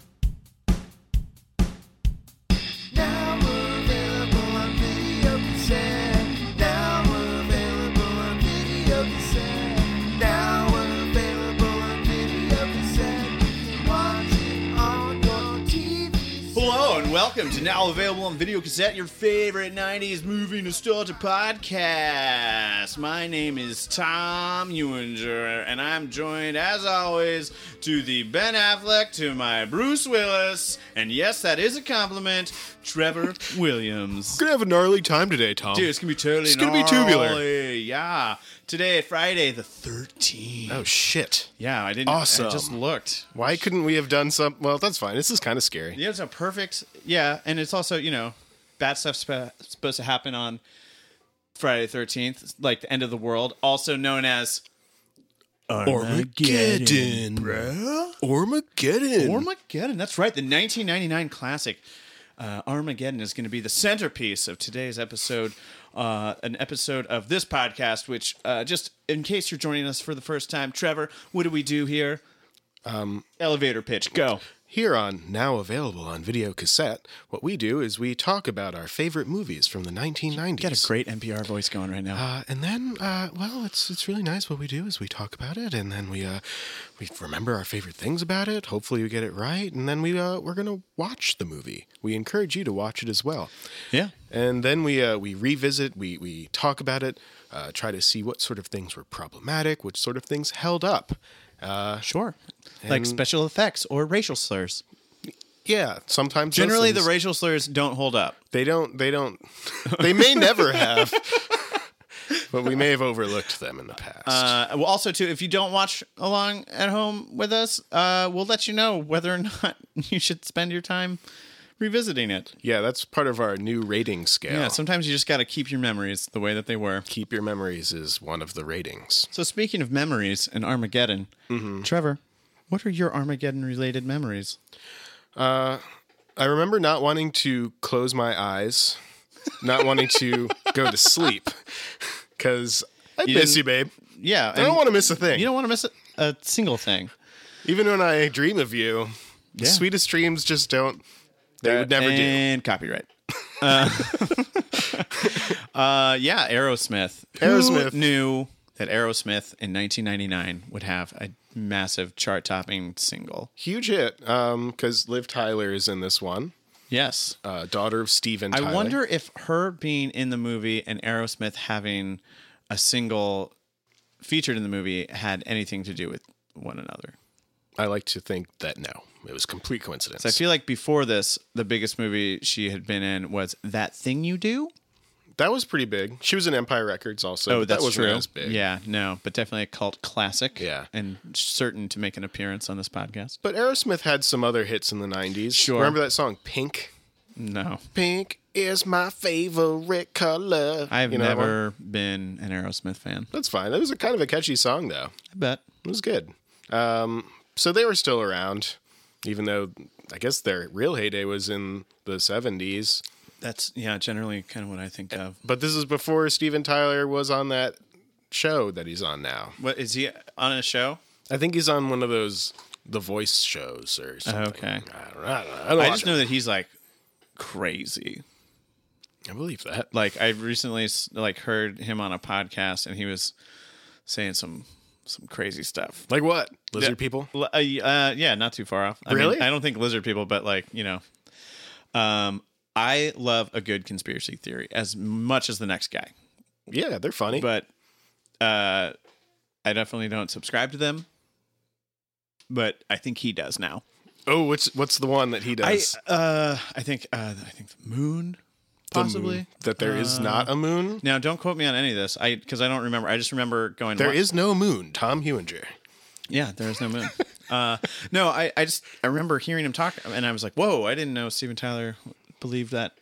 Now we're available on video cassette. Now we're available on video cassette. Now we're available on video cassette. You can watch it on your TV. Hello and welcome to now available on video cassette, your favorite '90s movie nostalgia podcast. My name is Tom Ewinger, and I'm joined, as always, to the Ben Affleck, to my Bruce Willis, and yes, that is a compliment, Trevor Williams. Gonna have a gnarly time today, Tom. Dude, it's gonna be totally. Oh. It's gonna be tubular. gnarly. Yeah. Today, Friday the 13th. oh shit! yeah, I didn't. I awesome. just looked. Why couldn't we have done some? Well, that's fine. This is kind of scary. Yeah, it's a perfect. Yeah, and it's also you know, bad stuff's sp- supposed to happen on Friday the Thirteenth, like the end of the world, also known as Armageddon, Armageddon. Armageddon. That's right, the 1999 classic. Uh, Armageddon is going to be the centerpiece of today's episode, uh, an episode of this podcast. Which, uh, just in case you're joining us for the first time, Trevor, what do we do here? Um, Elevator pitch, go. Here on now available on video cassette, what we do is we talk about our favorite movies from the 1990s. Got a great NPR voice going right now. Uh, and then, uh, well, it's it's really nice. What we do is we talk about it, and then we uh, we remember our favorite things about it. Hopefully, we get it right, and then we uh, we're gonna watch the movie. We encourage you to watch it as well. yeah, And then we uh, we revisit, we we talk about it, uh, try to see what sort of things were problematic, which sort of things held up. Uh, Sure. like special effects or racial slurs. yeah, sometimes those Generally, the things- racial slurs don't hold up. they don't they don't they may never have, but we may have overlooked them in the past. Uh, well, also, too, if you don't watch along at home with us, uh, we'll let you know whether or not you should spend your time revisiting it. yeah, that's part of our new rating scale. Yeah, sometimes you just got to keep your memories the way that they were. Keep your memories is one of the ratings. So, speaking of memories and Armageddon, Mm-hmm. Trevor, what are your Armageddon related memories? I remember not wanting to close my eyes, not wanting to go to sleep, because I You miss didn't- you, babe. Yeah. I don't want to miss a thing. You don't want to miss a, a single thing. Even when I dream of you, the Yeah. sweetest dreams just don't. They would never and copyright. Uh, uh, yeah, Aerosmith. Aerosmith. Who knew that Aerosmith in 1999 would have a massive chart-topping single. do. Huge hit. Um, because Liv Tyler is in this one, Yes, uh, daughter of Steven. Tyler. I wonder if her being in the movie and Aerosmith having a single featured in the movie had anything to do with one another. I like to think that no, it was complete coincidence. So I feel like before this, the biggest movie she had been in was That Thing You Do. that was pretty big. She was in Empire Records also. Oh, but that's that wasn't true. As big. Yeah, no, but definitely a cult classic. Yeah. and certain to make an appearance on this podcast. But Aerosmith had some other hits in the '90s. Sure. Remember that song "Pink"? No, Pink is my favorite color. I've You know that one? never been an Aerosmith fan. That's fine. That was a kind of a catchy song though. I bet. It was good. Um, so they were still around, even though I guess their real heyday was in the 70s. That's yeah, generally kind of what I think of. But this is before Steven Tyler was on that show that he's on now. What is he on a show? I think he's on one of those The Voice shows or something. Okay, I don't know. I, don't know. I don't Uh-huh. I watch just know that he's like crazy. it. I believe that. Like I recently s- like heard him on a podcast, and he was saying some some crazy stuff. Like what? Lizard Yeah. people? L- Uh, y- uh, yeah, not too far off. I Really? Mean, I don't think lizard people, but like you know, um, I love a good conspiracy theory as much as the next guy, Yeah, they're funny. but uh, I definitely don't subscribe to them. But I think he does now. oh, what's what's the one that he I does? uh, I think uh, I think the moon, The moon. possibly that there is Uh, not a moon? Now, don't quote me on any of this, I because I don't remember. I just remember going. There "What?" is no moon, Tom Hewinger. Yeah, there is no moon. uh, no, I, I just I remember hearing him talk, and I was like, "Whoa!" I didn't know Steven Tyler believed that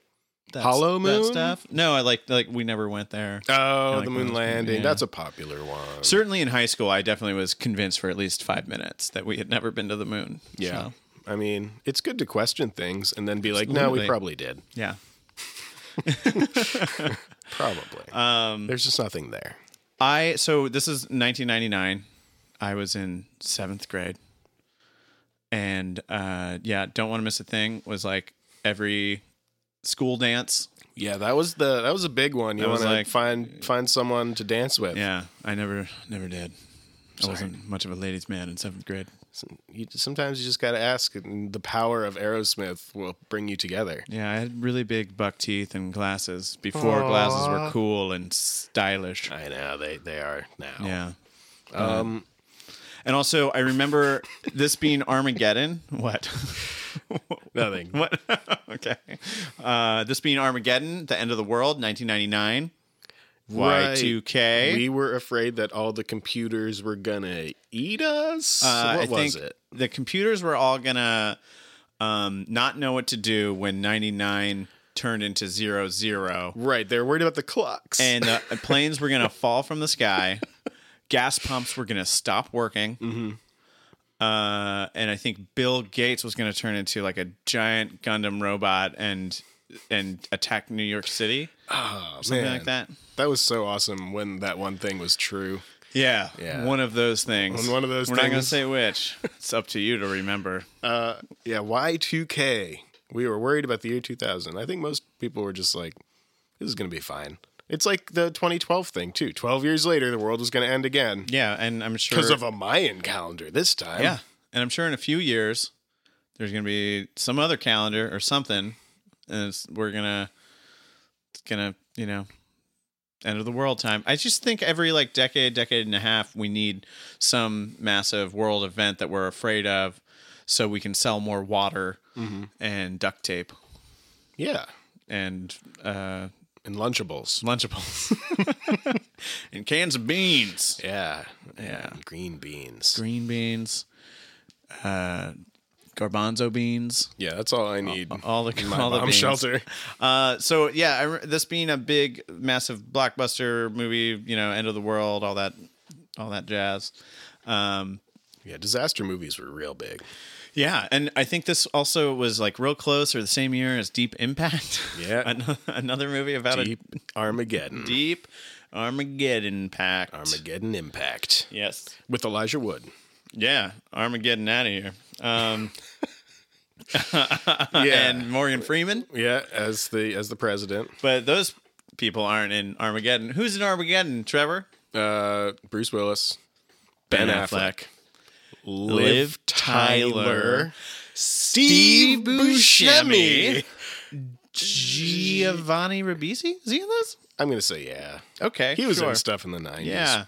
that, Hollow Moon? that stuff. No, I like like we never went there. Oh, like those the moon movies, landing. yeah. That's a popular one. Certainly in high school, I definitely was convinced for at least five minutes that we had never been to the moon. Yeah. So, I mean, it's good to question things and then be like, no, we Absolutely. probably did. yeah. Probably. There's just nothing there. I so this is 1999. I was in seventh grade, and uh, yeah, don't want to miss a thing was like every school dance. Yeah, that was the that was a big one. You That want was to like- find find someone to dance with. Yeah, I never never did. I wasn't much of a ladies' man in seventh grade. You, sometimes you just got to ask, and the power of Aerosmith will bring you together. Yeah, I had really big buck teeth and glasses before glasses were cool and stylish. I know they they are now. Yeah. Um, And also, I remember this being Armageddon. What? nothing. What? okay. Uh, this being Armageddon, the end of the world, 1999. Right. Y2K. We were afraid that all the computers were gonna eat us. Uh, what I was think it? The computers were all gonna um, not know what to do when 99 turned into zero zero, Right, they're worried about the clocks. and the planes were gonna fall from the sky. Gas pumps were gonna stop working. Mm-hmm. Uh, and I think Bill Gates was gonna turn into like a giant Gundam robot and and attack New York City, oh, something man. like that. That was so awesome when that one thing was true. Yeah, Yeah. one of those things. One- one of those We're not gonna things. say which. It's up to you to remember. Yeah, Y2K. We were worried about the year 2000. I think most people were just like, this is going to be fine. It's like the 2012 thing, too. 12 years later, the world was going to end again Yeah, and I'm sure because of a Mayan calendar this time. Yeah. And I'm sure in a few years, there's going to be some other calendar or something. And it's, we're going to, it's going to, you know, end of the world time. I just think every like decade, decade and a half, we need some massive world event that we're afraid of so we can sell more water and duct tape Yeah. and uh, And Lunchables. Lunchables and cans of beans. Yeah. Yeah. green beans. Green beans, uh, garbanzo beans. Yeah, that's all I need. all the My all the mom's beans. shelter. Uh, so yeah, I, re- this being a big, massive blockbuster movie, you know, end of the world, all that, all that jazz. Um, Yeah, disaster movies were real big. yeah, and I think this also was like real close or the same year as Deep Impact. Yeah. An- another movie about Deep Armageddon. a deep Armageddon pact. Armageddon Impact Yes. with Elijah Wood. Yeah, Armageddon out of here. Um, Yeah. and Morgan Freeman. yeah, as the as the president, But those people aren't in Armageddon. Who's in Armageddon? Trevor. uh, Bruce Willis, Ben Affleck. Liv Tyler, Steve Buscemi, Giovanni Ribisi. Is he in this? I'm gonna say yeah. Okay, He was sure. in stuff in the nineties. Yeah,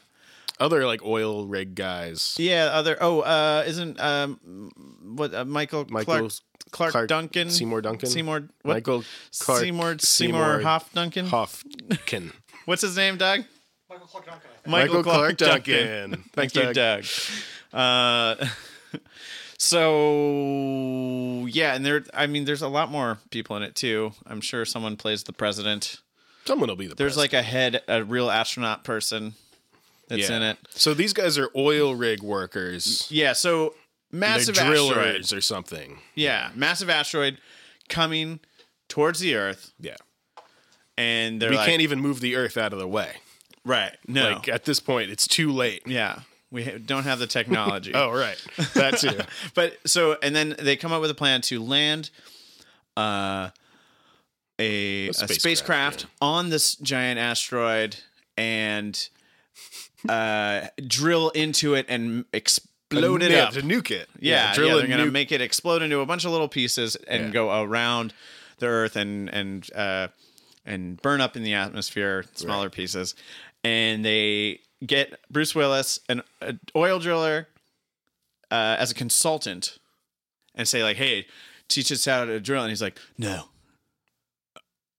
Other like oil rig guys. yeah. Other. Oh, uh, isn't um, what uh, Michael Michael Clark, Clark, Duncan Seymour Duncan. Seymour what? Michael Clark Seymour Seymour Hoff Duncan. Hofkin. What's his name, Doug? Michael Clark Duncan. Duncan. Thank Thanks, you, Doug. Uh, so yeah, and there. I mean, there's a lot more people in it too. I'm sure someone plays the president. Someone will be the. There's like a head, a real astronaut person that's in it. So these guys are oil rig workers. Yeah. So massive They're drillers asteroid. or something. Yeah, massive asteroid coming towards the Earth, Yeah. and they're we like, can't even move the Earth out of the way. right? No. Like uh, at this point, it's too late. yeah. We ha- don't have the technology. Oh right, that too. but so and then they come up with a plan to land uh a, a spacecraft, spacecraft, on this giant asteroid and uh drill into it and explode it yeah, up to nuke it. yeah, yeah, drill they're and gonna nuke make it explode into a bunch of little pieces and Yeah. go around the Earth and and uh, and burn up in the atmosphere, smaller pieces. And they get Bruce Willis, an an oil driller, uh, as a consultant, and say like, "Hey, teach us how to drill." And he's like, "No,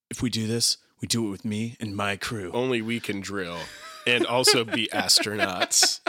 if we do this, we do it with me Oh. and my crew." only we can drill and also be astronauts.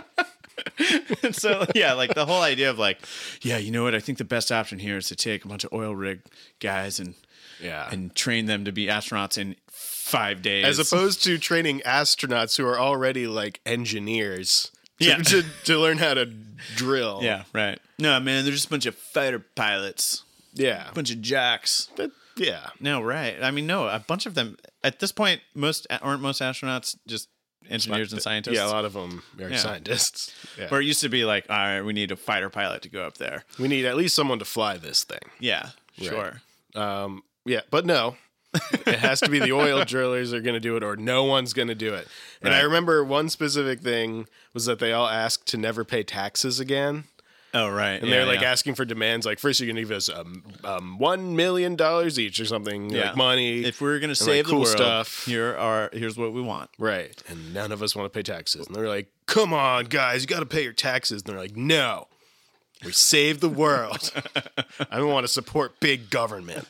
And so yeah, like the whole idea of like, yeah, you know what? I think the best option here is to take a bunch of oil rig guys and Yeah. and train them to be astronauts in five days. As opposed to training astronauts who are already like engineers to, Yeah. to, to learn how to drill. yeah, right. No, man, they're just a bunch of fighter pilots, Yeah. a bunch of jacks. But yeah. No, right. I mean, no, a bunch of them at this point. Most aren't most astronauts just engineers and scientists. Yeah, a lot of them are Yeah. scientists. Yeah. Where it used to be like, all right, we need a fighter pilot to go up there. we need at least someone to fly this thing. Yeah, Right. sure. Um, yeah, but no. it has to be the oil drillers are going to do it or no one's going to do it. And I Right. remember one specific thing was that they all asked to never pay taxes again. Oh, right. And they're like asking for demands like first you're going to give us um, um 1 million dollars each or something like money. If we're gonna and, like, save the cool world, stuff. here are here's what we want. Right. And none of us want to pay taxes. And they're like, come on, guys, you got to pay your taxes. And they're like, no, we saved the world. I don't want to support big government.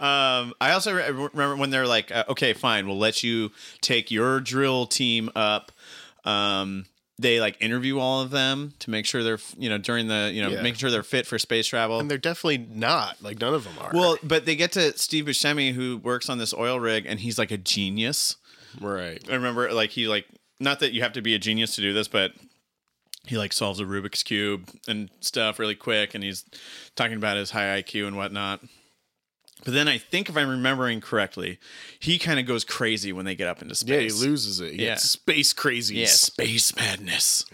Um, I also re- remember when they're like, uh, okay, fine, we'll let you take your drill team up. Um, they like interview all of them to make sure they're f- you know during the you know Yeah. making sure they're fit for space travel. And they're definitely not. Like, none of them are. Well, but they get to Steve Buscemi, who works on this oil rig, and he's like a genius. right. I remember, like he like not that you have to be a genius to do this, but he like solves a Rubik's cube and stuff really quick, and he's talking about his high IQ and whatnot. But then I think, if I'm remembering correctly, he kind of goes crazy when they get up into Yeah, he space. loses it. He Yeah. gets space crazy. Yeah, space madness.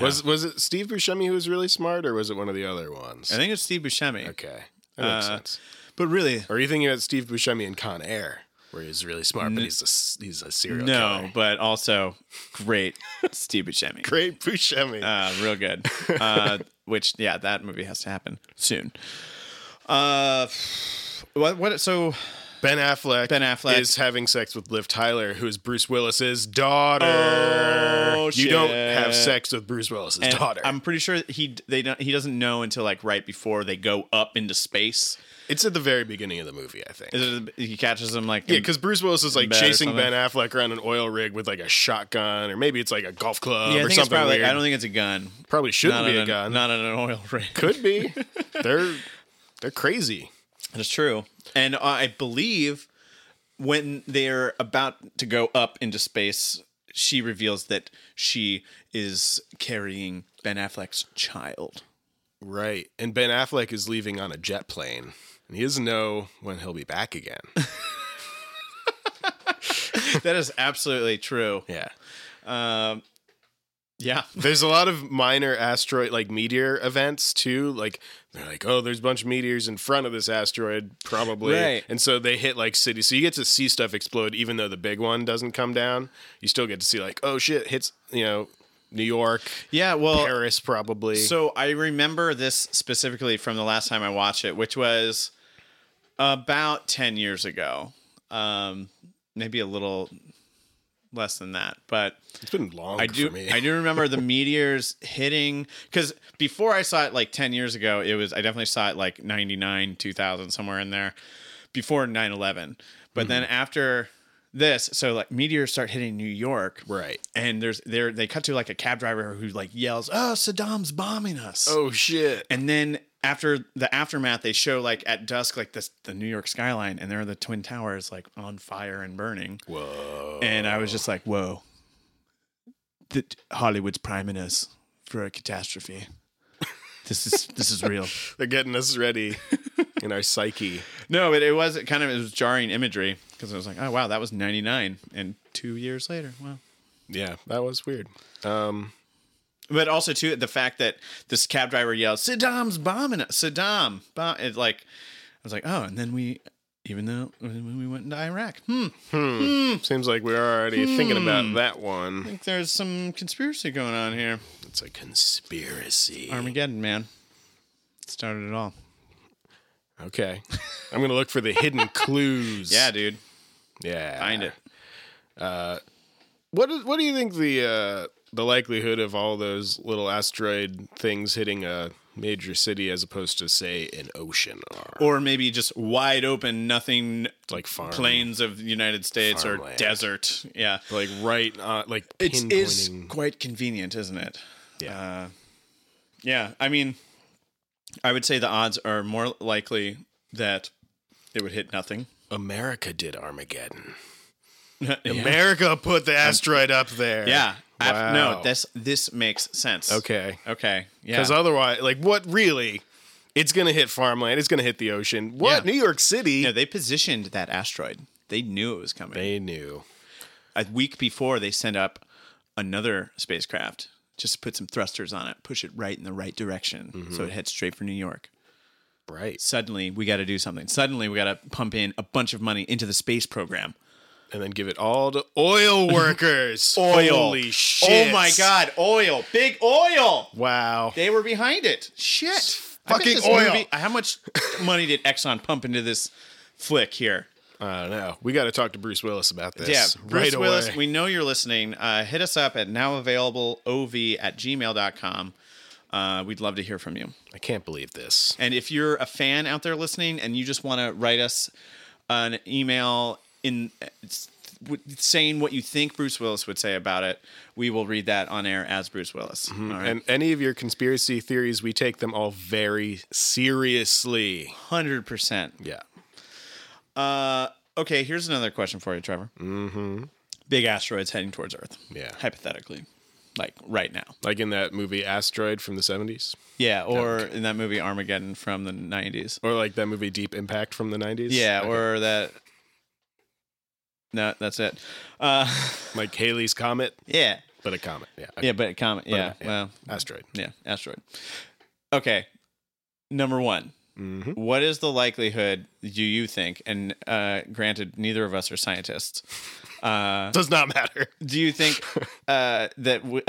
Was was it Steve Buscemi who was really smart, or was it one of the other ones? I think it's Steve Buscemi. okay, that makes Uh, sense. But really, Or are you thinking about Steve Buscemi in Con Air, where he's really smart, but he's a s- he's a serial no. killer? But also, great Steve Buscemi. Great Buscemi. Uh, real good. Uh, which, yeah, that movie has to happen soon. Uh, what? What? So, Ben Affleck. Ben Affleck. is having sex with Liv Tyler, who is Bruce Willis's daughter. Oh, you don't shit. have sex with Bruce Willis's and daughter. I'm pretty sure he they don't, he doesn't know until like right before they go up into space. it's at the very beginning of the movie, I think. Is it- he catches them like yeah, because Bruce Willis is like bed or chasing something? Ben Affleck around an oil rig with like a shotgun, or maybe it's like a golf club Yeah, I or think it's something probably. weird. I don't think it's a gun. Probably shouldn't Not be on a gun. Not on an oil rig. Could be. they're they're crazy. That's true. And I believe when they're about to go up into space, she reveals that she is carrying Ben Affleck's child. Right. And Ben Affleck is leaving on a jet plane. And he doesn't know when he'll be back again. that is absolutely true. yeah. Um, yeah. There's a lot of minor asteroid, like meteor events too. Like they're like, oh, there's a bunch of meteors in front of this asteroid, probably. Right. And so they hit like cities. So you get to see stuff explode, even though the big one doesn't come down. You still get to see like, oh shit, hits you know New York, Yeah. Well, Paris, probably. so I remember this specifically from the last time I watched it, which was about 10 years ago. Um, maybe a little less than that, but it's been long I do. for me. I do remember the meteors hitting because before I saw it like ten years ago, it was I definitely saw it like ninety nine, two thousand, somewhere in there, before 9-11. But then Mm-hmm. after this, so like meteors start hitting New York, Right. And there's there they cut to like a cab driver who like yells, "Oh, Saddam's bombing us!" Oh shit. And then after the aftermath, they show like at dusk, like this the New York skyline, and there are the Twin Towers like on fire and burning. Whoa. And I was just like, whoa, that Hollywood's priming us for a catastrophe. This is this is real. They're getting us ready in our psyche. no, but it was kind of it was jarring imagery because I was like, oh wow, that was ninety nine, and two years later, wow. Yeah, that was weird. Um, But also too the fact that this cab driver yelled, "Saddam's bombing us! Saddam!" Bomb. It's like I was like, oh, and then we, even though when we went into Iraq, hmm, seems like we're already thinking about that one. think there's some conspiracy going on here. It's a conspiracy. Armageddon, man, started it all. Okay, I'm gonna look for the hidden clues. Yeah, dude, yeah. Uh, find it. What is, What do you think the uh, the likelihood of all those little asteroid things hitting a major city as opposed to say an ocean or, Or maybe just wide open, nothing like farm plains of the United States or Farmland. desert. Yeah. like right uh, like It pinpointing. is quite convenient, isn't it? Yeah. Uh, yeah. I mean, I would say the odds are more likely that it would hit nothing. America did Armageddon. yeah. America put the asteroid up there. Yeah. I- no, Wow. this this makes sense. Okay. Okay. Yeah. Because otherwise, like, what really? It's gonna hit farmland. It's gonna hit the ocean. What? Yeah. New York City? no, they positioned that asteroid. They knew it was coming. they knew. a week before they sent up another spacecraft just to put some thrusters on it, push it right in the right direction Mm-hmm. so it heads straight for New York. Right. Suddenly, we got to do something. Suddenly, we got to pump in a bunch of money into the space program. And then give it all to oil workers. Holy shit. Oh my god, oil. Big oil. Wow. They were behind it. Shit. I bet Fucking this oil. how much money did Exxon pump into this flick here? I don't know. We got to talk to Bruce Willis about this. Yeah, Bruce right Willis, away. we know you're listening. Uh, hit us up at nowavailableo at gmail.com. Uh, we'd love to hear from you. I can't believe this. And if you're a fan out there listening and you just want to write us an email in s- w- saying what you think Bruce Willis would say about it, we will read that on air as Bruce Willis. All right? And any of your conspiracy theories, we take them all very seriously. 100%. Yeah. Uh, okay, here's another question for you, Trevor. Mm-hmm. Big asteroids heading towards Earth. Yeah. Hypothetically, like right now. Like in that movie Asteroid from the 70s, Yeah, or in that movie Armageddon from the 90s. or like that movie Deep Impact from the 90s. Yeah, Okay. or that. No, that's it. Uh, like Haley's Comet, yeah. but a comet. Yeah. Okay. Yeah, but comet. Yeah, yeah. well, Asteroid. yeah, asteroid. Okay. Number one, Mm-hmm. what is the likelihood, do you think? And uh, granted, neither of us are scientists. Uh, Does not matter. do you think uh, that w-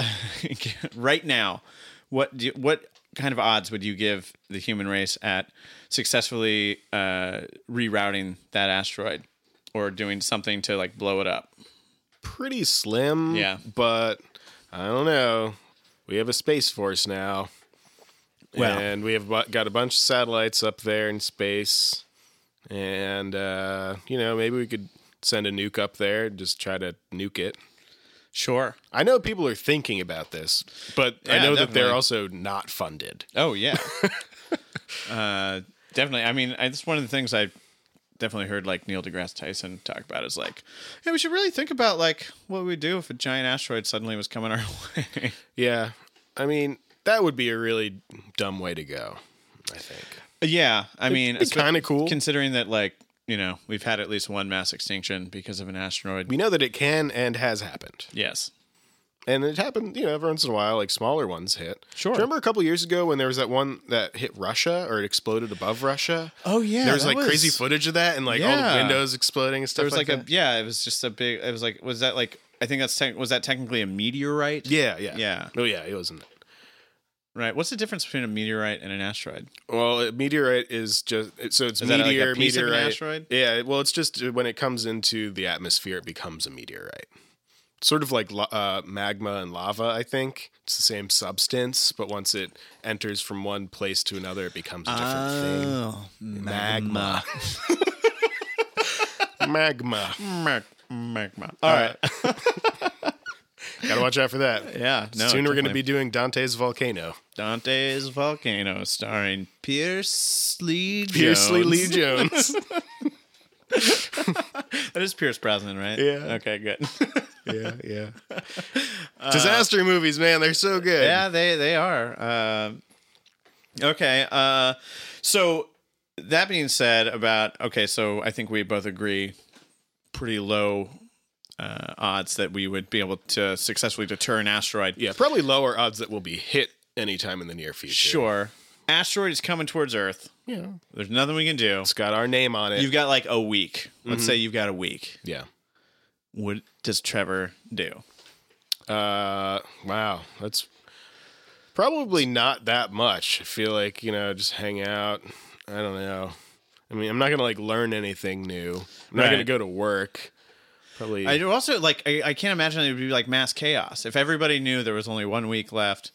right now, what do you, what kind of odds would you give the human race at successfully uh, rerouting that asteroid or doing something to like blow it up? Pretty slim. Yeah. But I don't know. We have a space force now. Well- and we have bu- got a bunch of satellites up there in space. And, uh, you know, maybe we could send a nuke up there, just try to nuke it. Sure. I know people are thinking about this, but I Yeah, know that definitely. they're also not funded. Oh yeah, uh, definitely. I mean, I, that's one of the things I definitely heard like Neil deGrasse Tyson talk about is like, yeah, we should really think about like what we do if a giant asteroid suddenly was coming our way. Yeah. I mean, that would be a really dumb way to go, I think. yeah, I mean, be kinda cool. considering that like you know we've had at least one mass extinction because of an asteroid. We know that it can and has happened. yes. and it happened, you know, every once in a while, like smaller ones hit. Sure. Do you remember a couple years ago when there was that one that hit Russia or it exploded above Russia? Oh, yeah, There was that like crazy was- footage of that and like all Yeah. the windows exploding and stuff. There was like, like, a yeah, it was just a big. It was like was that like I think that's tech was that technically a meteorite? yeah, yeah, Yeah. Oh yeah, it wasn't. Right. What's the difference between a meteorite and an asteroid? Well, a meteorite is just so it's Is that, like, a meteor piece of an meteorite. asteroid? Yeah, well, it's just uh, when it comes into the atmosphere, it becomes a meteorite. Sort of like la- uh, magma and lava, I think it's the same substance, but once it enters from one place to another, it becomes a different thing. Oh. Magma. Magma. Mag- magma. All right. Gotta watch out for that. Yeah. No, Soon we're gonna definitely. be doing Dante's Volcano. Dante's Volcano, starring Pierce Lee Jones. Piercely Lee Jones. That is Pierce Brosnan, right? Yeah. Okay, good. yeah, yeah. Disaster movies, man, they're so good. yeah, they they are. Uh, okay. Uh, so that being said, about okay, so I think we both agree, pretty low. Uh, odds that we would be able to successfully deter an asteroid. Yeah, probably lower odds that we'll be hit anytime in the near future. Sure. Asteroid is coming towards Earth. Yeah. There's nothing we can do. It's got our name on it. You've got like a week. Let's say you've got a week. yeah. What does Trevor do? Uh wow, that's probably not that much. I feel like, you know, just hang out. I don't know. I mean, I'm not going to like learn anything new. I'm not going to Right. go to work. Probably I do also like I, I can't imagine it would be like mass chaos if everybody knew there was only one week left,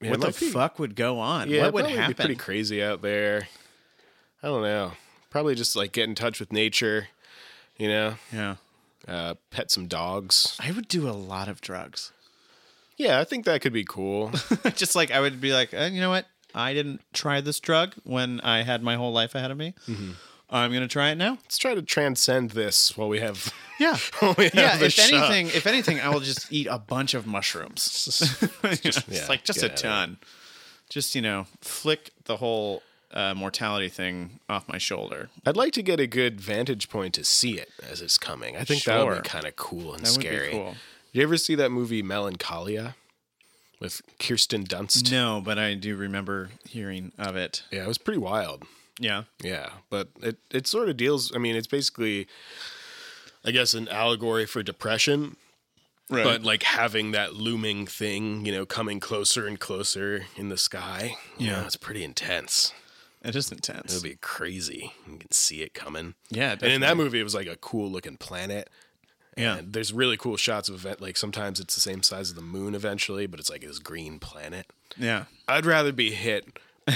Yeah, what it the might be- fuck would go on? Yeah, what would probably happen? Be pretty crazy out there. I don't know. Probably just like get in touch with nature. You know, yeah. uh, pet some dogs. I would do a lot of drugs. Yeah, I think that could be cool. Just like I would be like, uh, you know what? I didn't try this drug when I had my whole life ahead of me. I'm gonna try it now. Let's try to transcend this while we have. Yeah. While we have yeah. the If shot. anything, if anything, I will just eat a bunch of mushrooms. just yeah, like just get a out of there. ton. Just you know, flick the whole uh, mortality thing off my shoulder. I'd like to get a good vantage point to see it as it's coming. I think that Sure. would be kind of cool and That would be scary. cool. Did you ever see that movie Melancholia with Kirsten Dunst? No, but I do remember hearing of it. Yeah, it was pretty wild. Yeah. Yeah, but it it sort of deals. I mean, it's basically, I guess, an allegory for depression, Right. but like having that looming thing, you know, coming closer and closer in the sky. You Yeah. know, it's pretty intense. it is intense. It'll be crazy. You can see it coming. Yeah, and in that definitely. movie, it was like a cool looking planet. yeah. And there's really cool shots of event. Like sometimes it's the same size as the moon eventually, but it's like this green planet. Yeah. I'd rather be hit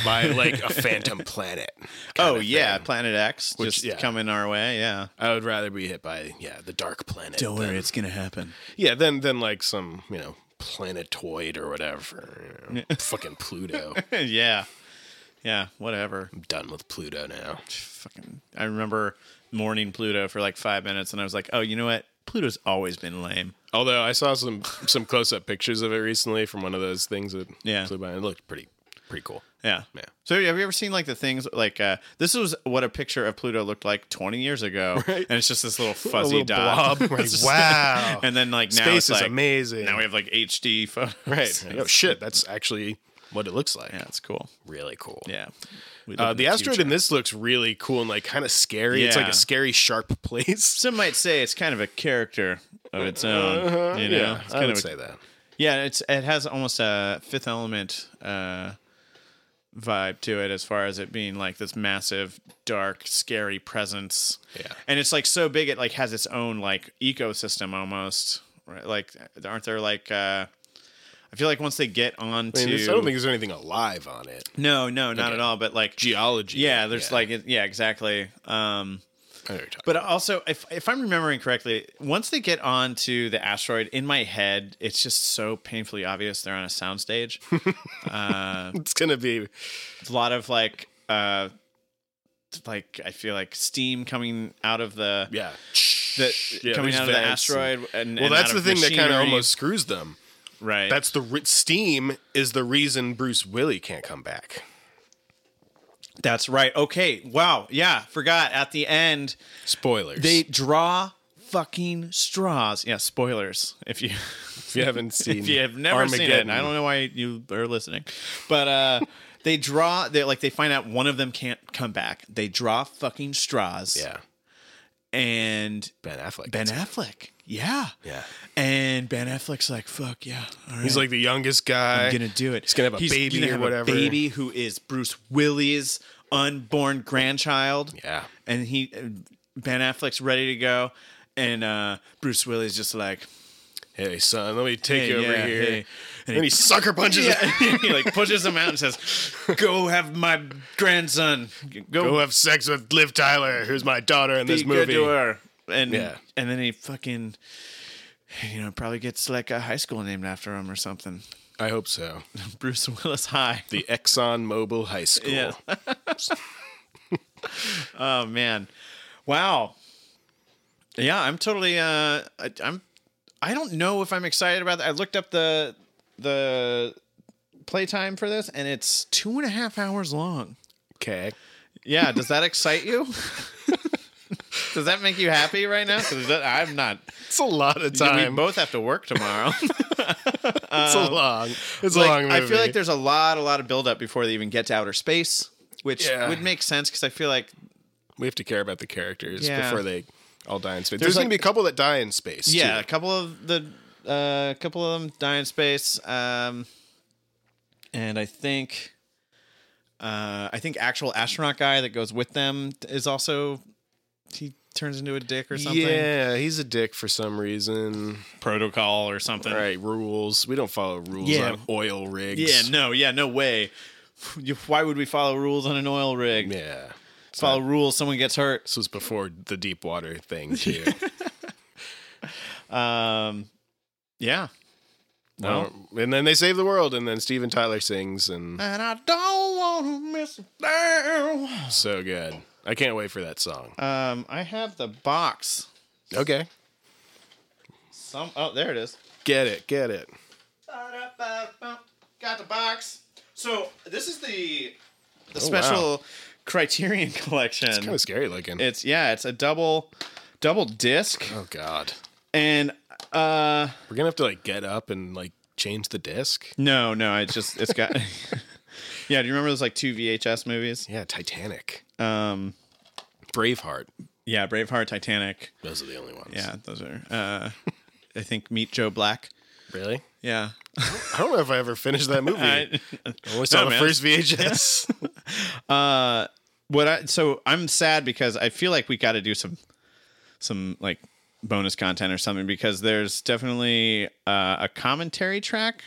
by like a phantom planet. Oh yeah, Planet X Which- just yeah. coming our way. Yeah. I would rather be hit by yeah the dark planet. than- it's gonna happen. yeah, then then like some you know planetoid or whatever. you know, fucking Pluto. yeah. Yeah. Whatever. I'm done with Pluto now. Fucking. I remember mourning Pluto for like five minutes, and I was like, oh, you know what? Pluto's always been lame. Although I saw some some close up pictures of it recently from one of those things that Yeah. flew by. It looked pretty pretty cool. Yeah. Yeah. So have you ever seen like the things like uh, this was what a picture of Pluto looked like 20 years ago, Right. and it's just this little fuzzy little dot. blob. Right. It's just- Wow. and then like now Space it's is like, amazing. Now we have like HD photos. Right. oh shit, that's actually what it looks like. Yeah, it's cool. Really cool. Yeah. We live Uh, in the asteroid future. in this looks really cool and like kind of scary. It's like Yeah. a scary sharp place. Some might say it's kind of a character of its own. you know, Uh-huh. yeah, it's I kind would of a- say that. Yeah, it's it has almost a Fifth Element uh, vibe to it, as far as it being like this massive, dark, scary presence. Yeah. and it's like so big, it like has its own like ecosystem almost. Right? Like, aren't there like? Uh, I feel like once they get onto I, mean, I don't think there's anything alive on it. no, no, not at all. But like, Geology. yeah, there's like, it- yeah, exactly. Um, But but also, if if I'm remembering correctly, once they get onto the asteroid, in my head, it's just so painfully obvious they're on a soundstage. it's gonna be It's a lot of like, uh, like I feel like steam coming out of the yeah. the- Yeah, coming there's out of the vents asteroid. And, Well, and that's out the of thing that kind of machinery. almost screws them. right. That's the re- steam is the reason Bruce Willie can't come back. that's right. Okay. Wow. Yeah. Forgot at the end. Spoilers. They draw fucking straws. Yeah, spoilers. If you if you haven't seen, if you have never seen it, I don't know why you are listening. But uh they draw they like they find out one of them can't come back. They draw fucking straws. Yeah, And Ben Affleck. Ben Affleck. Yeah. Yeah. And Ben Affleck's like, fuck yeah. All right. He's like the youngest guy. I'm gonna do it. He's gonna have a baby gonna or have whatever. A baby who is Bruce Willis' unborn grandchild. Yeah. and he Ben Affleck's ready to go, and uh, Bruce Willis just like Hey son, let me take Hey, you over yeah, here. hey. And he sucker punches. him. he like pushes him out and says, "Go have my grandson. Go, Go have sex with Liv Tyler, who's my daughter in be this good movie. to her." And Yeah. and then he fucking. You know, probably gets like a high school named after him or something. I hope so. Bruce Willis High. The Exxon Mobil High School. Yeah. oh man, wow. Yeah, I'm totally. Uh, I, I'm. I don't know if I'm excited about that. I looked up the the playtime for this, and it's two and a half hours long. Okay. Yeah, does that excite you? does that make you happy right now? Because I'm not. It's a lot of We time. both have to work tomorrow. it's a long. It's uh, like, a long movie. I feel like there's a lot, a lot of buildup before they even get to outer space, which Yeah. would make sense because I feel like we have to care about the characters Yeah. before they all die in space. There's, like- gonna be a couple that die in space. Yeah, a too. couple of the uh, a couple of them die in space. Um, and I think uh, I think actual astronaut guy that goes with them is also he turns into a dick or something. Yeah, he's a dick for some reason. protocol or something. Right, rules. We don't follow rules Yeah. on oil rigs. Yeah, no, yeah, no way. You- Why would we follow rules on an oil rig? Yeah. follow rules, someone gets hurt. This was before the deep water thing too. Um, yeah. Well, Um, and then they save the world, and then Steven Tyler sings, and and I don't want to miss a thing. so good. I can't wait for that song. Um, I have the box. Okay, Some oh, there it is. get it, get it. Got the box. So this is the the Oh, wow. special Criterion collection. It's kind of scary looking. it's yeah, it's a double double disc, oh God, and uh, we're gonna have to like get up and like change the disc. no, no, it's just it's got. yeah, do you remember those like two VHS movies? Yeah, Titanic, Um, Braveheart. yeah, Braveheart, Titanic. Those are the only ones. Yeah, those are. Uh, I think Meet Joe Black. really. Yeah, I don't know if I ever finished that movie. I only saw No, the man. first VHS. Uh, what I so I'm sad because I feel like we got to do some some like bonus content or something because there's definitely uh, a commentary track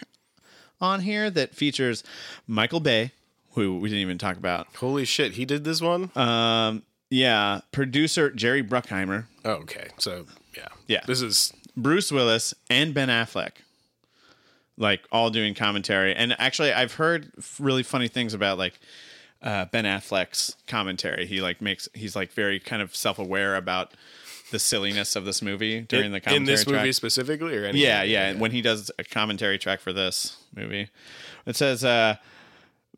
on here that features Michael Bay, who we didn't even talk about. Holy shit, he did this one. Yeah, producer Jerry Bruckheimer, oh, okay, so yeah, yeah. This is Bruce Willis, and Ben Affleck. Like all doing commentary, and actually, I've heard f- really funny things about like uh, Ben Affleck's commentary. He like makes he's like very kind of self aware about the silliness of this movie during the commentary in this track. movie specifically, or anything? Yeah, yeah. And when he does a commentary track for this movie, it says, uh,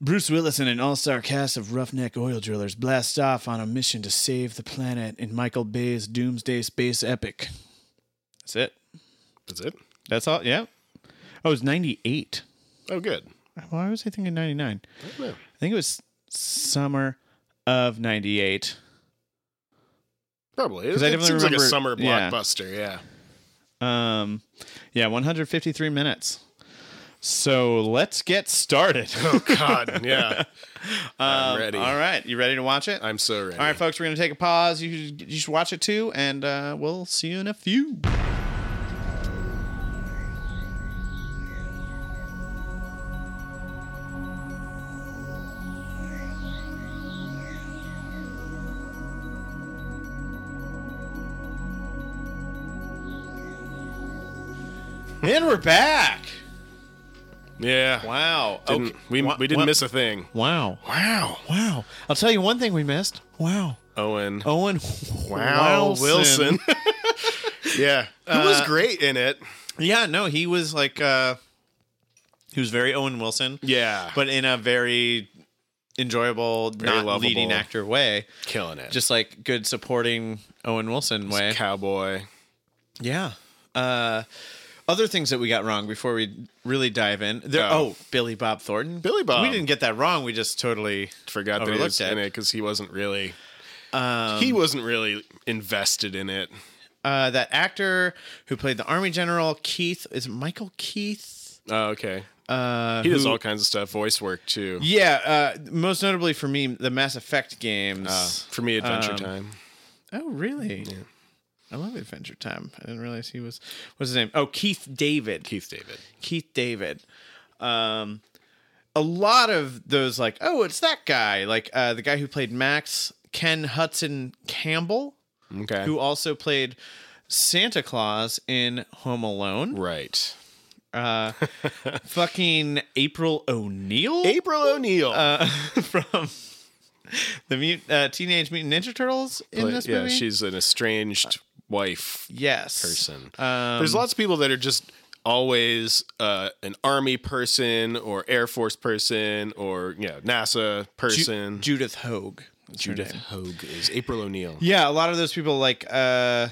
Bruce Willis and an all star cast of roughneck oil drillers blast off on a mission to save the planet in Michael Bay's doomsday space epic. That's it. That's it. That's all. Yeah. Oh, it was 98. Oh, good. Why was I thinking 99? I don't know. I think it was summer of 98. Probably. It, 'Cause I it definitely seems like remember- a summer yeah. blockbuster, yeah. Um, yeah, 153 minutes. So let's get started. Oh god, yeah. I'm ready. Um, All right. You ready to watch it? I'm so ready. All right, folks, we're going to take a pause. You should, you should watch it too, and uh, we'll see you in a few. And we're back. Yeah. Wow. Didn't- we Wa- we didn't wa- miss a thing. Wow. Wow. Wow. I'll tell you one thing we missed. Wow. Owen. Owen wow, Oh, Wilson. Wilson. yeah. uh, Who was great in it? Yeah, no, he was like uh he was very Owen Wilson, Yeah. but in a very enjoyable, not lovable. leading actor way. killing it. Just like good supporting Owen Wilson way. cowboy. yeah. Uh other things that we got wrong before we really dive in. There, oh. Oh. Billy Bob Thornton. Billy Bob. We didn't get that wrong. We just totally Forgot that he Overlooked was it. Um, in it because he wasn't really he wasn't really invested in it. uh, that actor who played the army general Keith is it Michael Keith. Oh, okay. Uh, He does who- all kinds of stuff, voice work too. Yeah, uh, most notably for me, the Mass Effect games. Uh, for me, Adventure Um, Time. Oh, really? I love Adventure Time. I didn't realize he was. What's his name? Oh, Keith David. Keith, Keith David. David. Um, a lot of those, like, oh, it's that guy, like uh, the guy who played Max, Ken Hudson Campbell, Okay. who also played Santa Claus in Home Alone. right. Uh, fucking April O'Neil April O'Neil. uh, from the Mut- uh, Teenage Mutant Ninja Turtles in Play- this yeah, movie. she's an estranged wife yes. person. Um, There's lots of people that are just always uh, an army person or air force person or you know, NASA Ju- person. Judith Hogue. is her Judith name. Hogue is April O'Neil. Yeah, a lot of those people like uh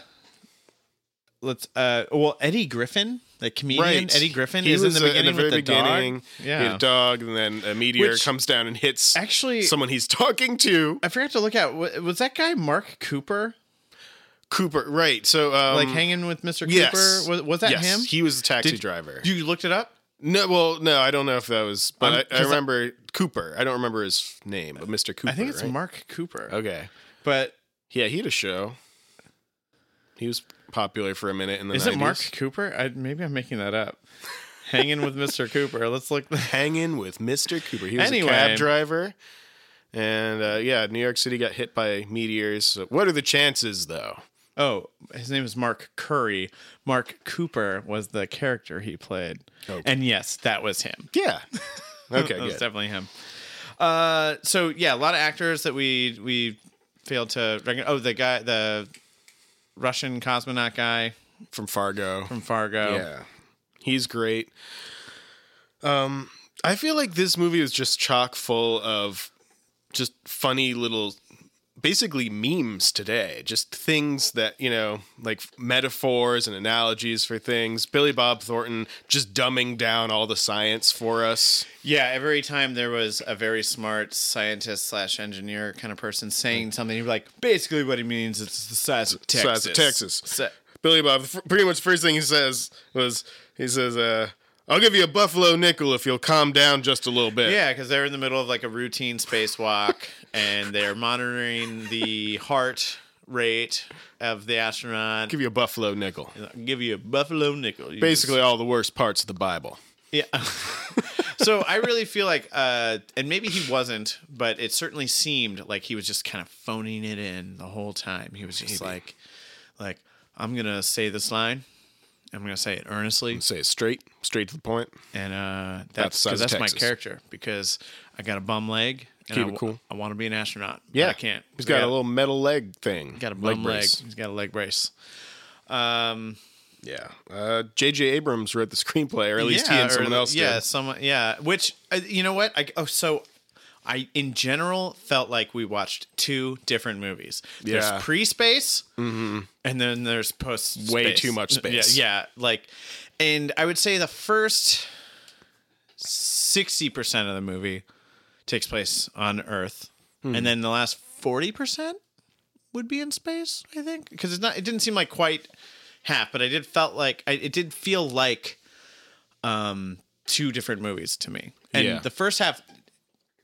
let's uh well Eddie Griffin, the comedian Eddie Griffin He is in was, the uh, beginning very with the beginning, dog. He Yeah. had a dog, and then a meteor Which- comes down and hits Actually someone he's talking to. I forgot to look at wa- was that guy Mark Cooper Cooper, right? So, um, like hanging with Mr. yes. Cooper? Was, was that Yes, him? He was the taxi Did- driver. you looked it up? No, well, no, I don't know if that was, I'm- but I, I 'cause I- remember Cooper. I don't remember his name, but Mr. I Cooper. think it's right? Mark Cooper. Okay. But Yeah, he had a show. He was popular for a minute in the Is it Mark 90s. Cooper? I, maybe I'm making that up. Hanging with Mr. Cooper. Let's look. th- Hanging with Mr. Cooper. He was Anyway. a cab driver. And uh, yeah, New York City got hit by meteors. So what are the chances, though? Oh, his name is Mark Curry. Mark Cooper was the character he played. And yes, that was him. Yeah. Okay, that was good. definitely him. Uh, so yeah, a lot of actors that we we failed to recognize. Oh, the guy, the Russian cosmonaut guy From Fargo. from Fargo. Yeah. He's great. Um I feel like this movie is just chock full of just funny little basically memes today, just things that, you know, like metaphors and analogies for things. Billy Bob Thornton just dumbing down all the science for us. Yeah, every time there was a very smart scientist slash engineer kind of person saying something, you're like, basically what he means is the size of Texas. Size of Texas. So- Billy Bob, the fir- pretty much first thing he says was, he says, uh, I'll give you a buffalo nickel if you'll calm down just a little bit. yeah, because they're in the middle of like a routine spacewalk and they're monitoring the heart rate of the astronaut. Give you a buffalo nickel. Give you a buffalo nickel. You just- Basically, all the worst parts of the Bible. Yeah. so I really feel like, uh, and maybe he wasn't, but it certainly seemed like he was just kind of phoning it in the whole time. He was just like, like I'm gonna say this line, I'm gonna say it earnestly, Say it straight, straight to the point. and uh, Mm. That's that's the size because of that's my Texas. character because I got a bum leg. And Keep I, it cool. I want to be an astronaut. but I can't. He's I got a gotta- little metal leg thing. got a bum leg. brace. He's got a leg brace. Um, Yeah. Uh, J.J. Abrams wrote the screenplay, or at least he and or someone the- else yeah, did. someone. Yeah, which uh, you know what? I, oh, so I in general felt like we watched two different movies. Yeah. Mm-hmm. There's pre-space, and then there's post. Way too much space. Yeah, yeah, like, and I would say the first sixty percent of the movie takes place on Earth, Hmm. and then the last forty percent would be in space. I think because it's not. It didn't seem like quite half, but I did felt like I, it did feel like um two different movies to me. And Yeah. the first half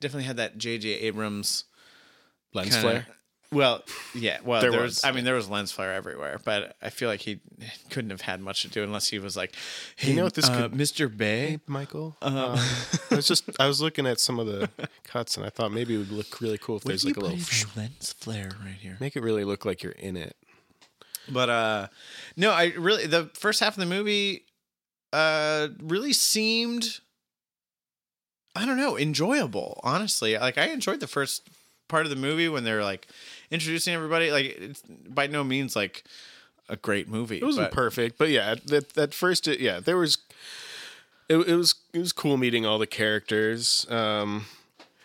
definitely had that J.J. Abrams Lens kinda- flare. Well, yeah. Well, There there, was, was. I mean, there was lens flare everywhere, but I feel like he couldn't have had much to do unless he was like, "Hey, know what this uh, could- Mr. Bay." Michael. Uh-huh. Um, I was just I was looking at some of the cuts, and I thought maybe it would look really cool if there's you like a little. put his lens flare right here. Make it really look like you're in it. But uh no, I really the first half of the movie uh really seemed I don't know, enjoyable, honestly. Like I enjoyed the first part of the movie when they're like introducing everybody. Like it's by no means like a great movie. It wasn't but- perfect, but yeah, at- at, at first, it, yeah, there was. It, it was it was cool meeting all the characters. Um,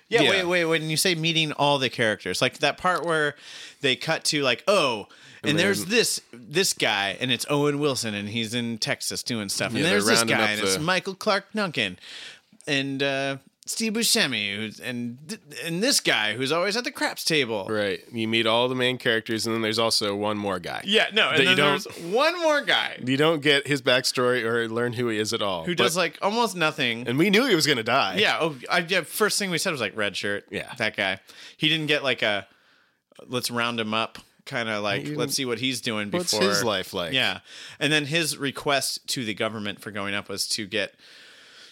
Yeah, Yeah. wait, wait. When you say meeting all the characters, like that part where they cut to like, oh, and, then- there's this this guy, and it's Owen Wilson, and he's in Texas doing stuff, and Yeah, they're there's this rounding guy, up and it's the- Michael Clark Duncan, and uh, Steve Buscemi, who's, and th- and this guy who's always at the craps table. right, you meet all the main characters, and then there's also one more guy. Yeah, no, That and then you don't- there's one more guy You don't get his backstory or learn who he is at all. who But- does like almost nothing. and we knew he was gonna die. Yeah. Oh, I, yeah. First thing we said was like red shirt. Yeah. That guy. He didn't get like a let's round him up kind of like He let's see what he's doing What's before his life like? Yeah. And then his request to the government for going up was to get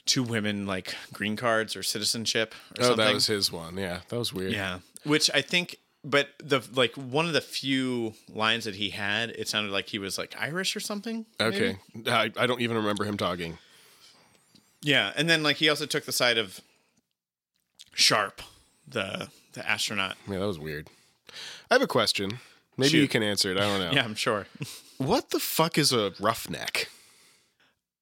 two women like green cards or citizenship or Oh, something. that was his one. Yeah, that was weird. Yeah. Which I think but the like one of the few lines that he had, it sounded like he was like Irish or something. maybe? Okay. I, I don't even remember him talking. Yeah, and then like he also took the side of Sharp, the the astronaut. Yeah, that was weird. I have a question. Maybe you Shoot. can answer it. I don't know. Yeah, I'm sure. What the fuck is a roughneck?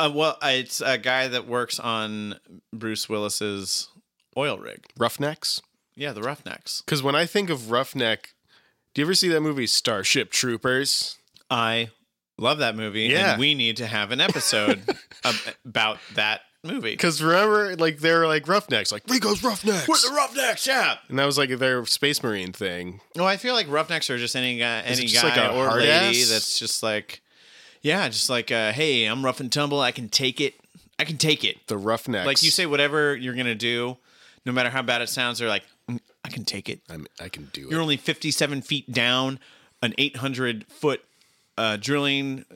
Uh, well, uh, it's a guy that works on Bruce Willis's oil rig. Roughnecks? Yeah, the Roughnecks. Because when I think of roughneck, do you ever see that movie Starship Troopers? I love that movie. Yeah. and we need to have an episode ab- about that movie. Because remember, like they were like roughnecks, like Rico's roughnecks, We're the Roughnecks, yeah. and that was like their space marine thing. No, I feel like Roughnecks are just any guy, Is it any just guy like a or hard lady ass? that's just like, yeah, just like, uh, hey, I'm rough and tumble. I can take it. I can take it. The roughnecks, Like you say, whatever you're gonna do, no matter how bad it sounds, they're like, "Mm, I can take it. I'm, I can do it. You're only 57 feet down an 800 foot uh, drilling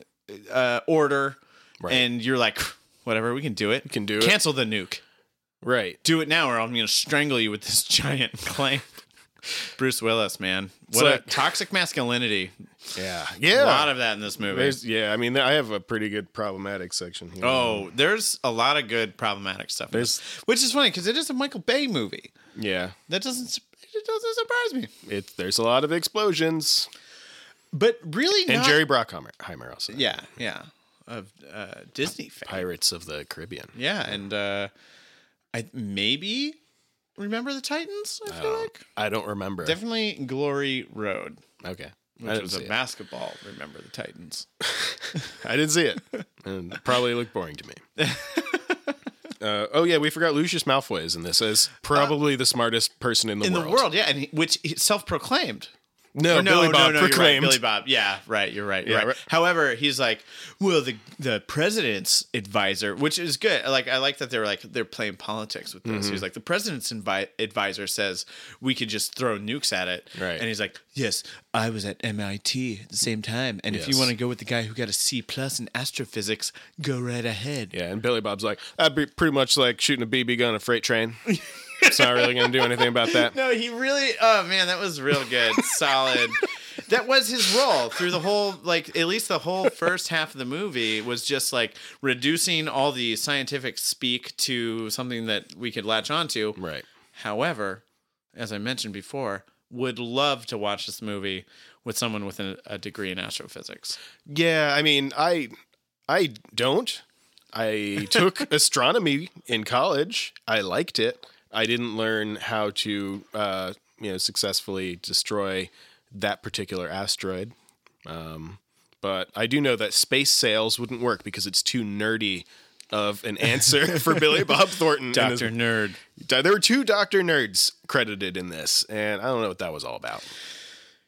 uh, order, Right. and you're like, whatever, we can do it. We can do it. Cancel the nuke. Right. Do it now, or I'm gonna strangle you with this giant clamp. Bruce Willis, man, It's what a like- toxic masculinity. Yeah. A Yeah. lot of that in this movie. There's- yeah, I mean, I have a pretty good problematic section here. Oh, there's a lot of good problematic stuff. in this, which is funny because it is a Michael Bay movie. yeah. That doesn't su- it doesn't surprise me. It, there's a lot of explosions. But really, And not- Jerry Brockheimer Heimer also. yeah, yeah, of uh, Disney fan. Pirates of the Caribbean. Yeah, and uh, I maybe remember the Titans. I Oh. feel like I don't remember. definitely Glory Road, okay. I which didn't, was see a it. basketball. Remember the Titans. I didn't see it. And it probably looked boring to me. Uh, oh yeah, we forgot Lucius Malfoy is in this as probably the smartest person in the In world. the world, yeah, and he, which he self-proclaimed. No, Or no, Billy no, Bob no, you're proclaimed. Right, Billy Bob. Yeah, right. You're right. Yeah, right. right. However, he's like, well, the the president's advisor, which is good. Like, I like that they're like they're playing politics with Mm-hmm. this. He's like, the president's invi- advisor says we could just throw nukes at it, Right. And he's like, yes, I was at MIT at the same time, and if you Yes. want to go with the guy who got a C plus in astrophysics, go right ahead. Yeah, and Billy Bob's like, I'd be pretty much like shooting a BB gun at a freight train. it's not really going to do anything about that. No, he really. Oh man, that was real good, solid. That was his role through the whole, like at least the whole first half of the movie was just like reducing all the scientific speak to something that we could latch onto. Right. However, as I mentioned before, would love to watch this movie with someone with a, a degree in astrophysics. Yeah, I mean, I I don't. I took astronomy in college. I liked it. I didn't learn how to uh, you know successfully destroy that particular asteroid. Um, but I do know that space sales wouldn't work because it's too nerdy of an answer for Billy Bob Thornton. in his- Doctor Nerd. There were two Doctor Nerds credited in this, and I don't know what that was all about.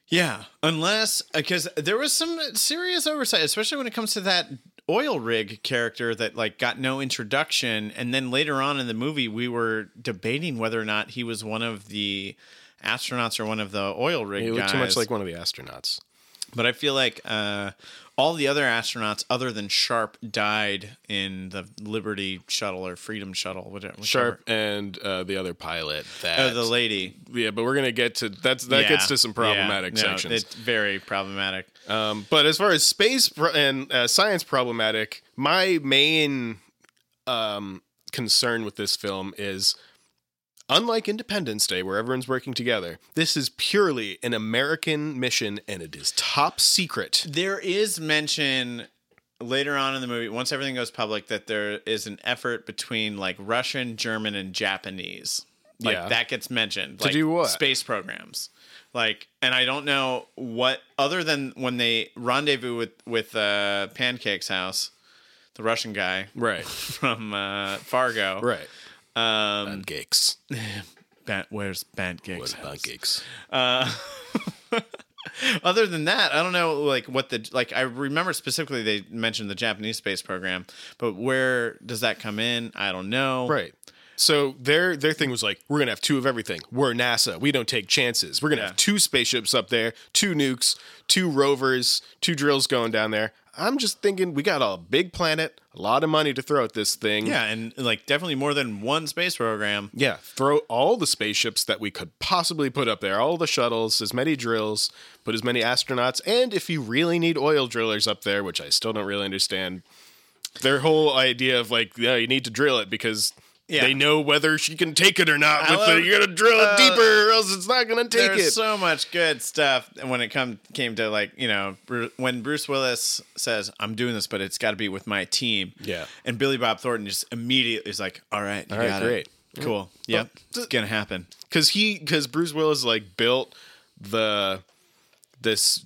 Yeah, unless because there was some serious oversight, especially when it comes to that oil rig character that like got no introduction, and then later on in the movie we were debating whether or not he was one of the astronauts or one of the oil rig It looked guys. too much like one of the astronauts. but I feel like uh, all the other astronauts other than Sharp died in the Liberty shuttle or Freedom shuttle, whatever. whichever. Sharp and uh, the other pilot. That Oh, the lady yeah, but we're gonna get to that's that gets Yeah. to some Yeah. problematic No, sections. It's very problematic. um, but as far as space pro- and uh, science problematic, my main um, concern with this film is. Unlike Independence Day, where everyone's working together, this is purely an American mission and it is top secret. There is mention later on in the movie, once everything goes public, that there is an effort between like Russian, German, and Japanese. Like Yeah. that gets mentioned. To do what? Space programs. Like, and I don't know what other than when they rendezvous with with uh, Pancake's house, the Russian guy Right. from uh, Fargo. Right. Um, Pancakes. Ban- where's Pancake's What house? pancakes? other than that, I don't know like what the like I remember specifically they mentioned the Japanese space program, but where does that come in? I don't know. Right. So their their thing was like, we're gonna have two of everything. We're NASA. We don't take chances. We're gonna Yeah. have two spaceships up there, two nukes, two rovers, two drills going down there. I'm just thinking we got a big planet, a lot of money to throw at this thing. Yeah, and like definitely more than one space program. Yeah. Throw all the spaceships that we could possibly put up there, all the shuttles, as many drills, put as many astronauts, and if you really need oil drillers up there, which I still don't really understand, their whole idea of like, yeah, you need to drill it because Yeah. they know whether she can take it or not. with Hello? the, you're gonna drill it Uh, deeper, or else it's not gonna take There's it. so much good stuff when it come came to like you know Bru- when Bruce Willis says I'm doing this, but it's got to be with my team. Yeah. and Billy Bob Thornton just immediately is like, "All right, you All right, got great. Oh, it, cool, yep, th- it's gonna happen." because he because Bruce Willis like built the this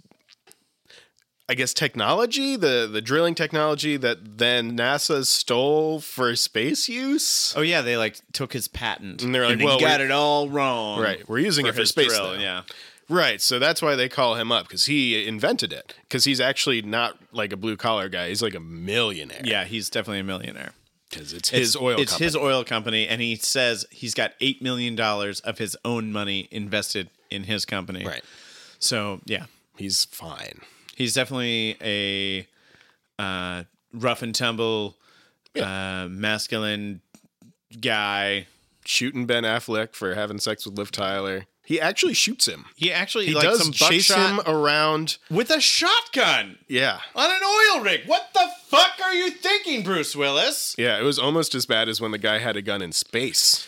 I guess technology the the drilling technology that then NASA stole for space use. Oh yeah, they like took his patent And they're like, they "Well, got we- it all wrong, Right, we're using it for space drill, now. yeah." Right, so that's why they call him up because he invented it because he's actually not like a blue collar guy. He's like a millionaire. Yeah, he's definitely a millionaire. because it's his oil. It's company. his oil company, and he says he's got eight million dollars of his own money invested in his company. right. So yeah, He's fine. He's definitely a uh, rough and tumble, uh, masculine guy. Shooting Ben Affleck for having sex with Liv Tyler. He actually shoots him. He actually He like does some chase buckshot him around. with a shotgun Yeah. on an oil rig. What the fuck are you thinking, Bruce Willis? Yeah, it was almost as bad as when the guy had a gun in space.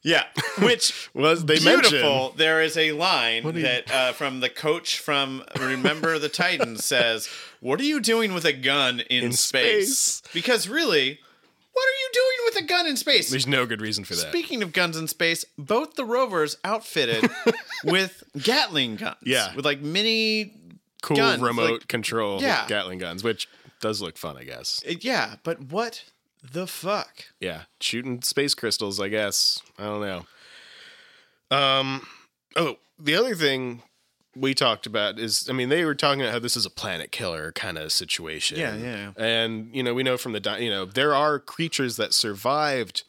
Yeah, which Was they mentioned beautiful. There is a line What are you- that uh, from the coach from Remember the Titans says, "What are you doing with a gun in, In space? space. Because really, what are you doing with a gun in space? there's no good reason for that. Speaking of guns in space, both the rovers outfitted with Gatling guns. Yeah. with like mini. cool guns, remote like- control Yeah. Gatling guns, which does look fun, I guess. uh, Yeah, but what the fuck? Yeah, shooting space crystals, I guess. I don't know. Um oh, the other thing we talked about is I mean they were talking about how this is a planet killer kind of situation. Yeah, yeah, yeah. And you know, we know from the di- you know, there are creatures that survived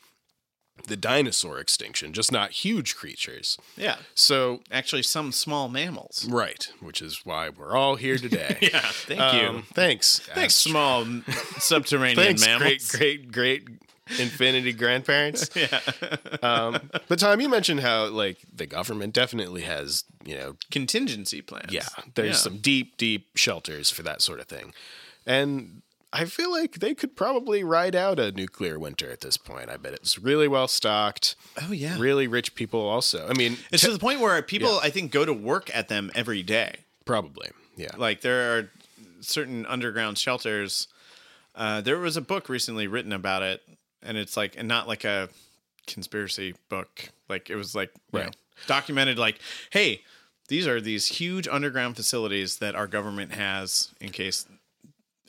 the dinosaur extinction, just not huge creatures. Yeah, So, actually, some small mammals. right, which is why we're all here today. Yeah, thank Um, Thanks. Thanks, Astro- small m- subterranean Thanks, mammals. great, great, great infinity grandparents. Yeah. Um, but Tom, you mentioned how like the government definitely has, you know, Contingency plans. yeah, there's Yeah. some deep, deep shelters for that sort of thing, and I feel like they could probably ride out a nuclear winter at this point. I bet it's really well stocked. Oh, yeah. really rich people also. I mean, It's to the point where people, I think, go to work at them every day. probably, yeah. Like there are certain underground shelters. Uh, there was a book recently written about it, and it's like, and not like a conspiracy book. Like it was like you Right. know, documented. Like, hey, these are these huge underground facilities that our government has in case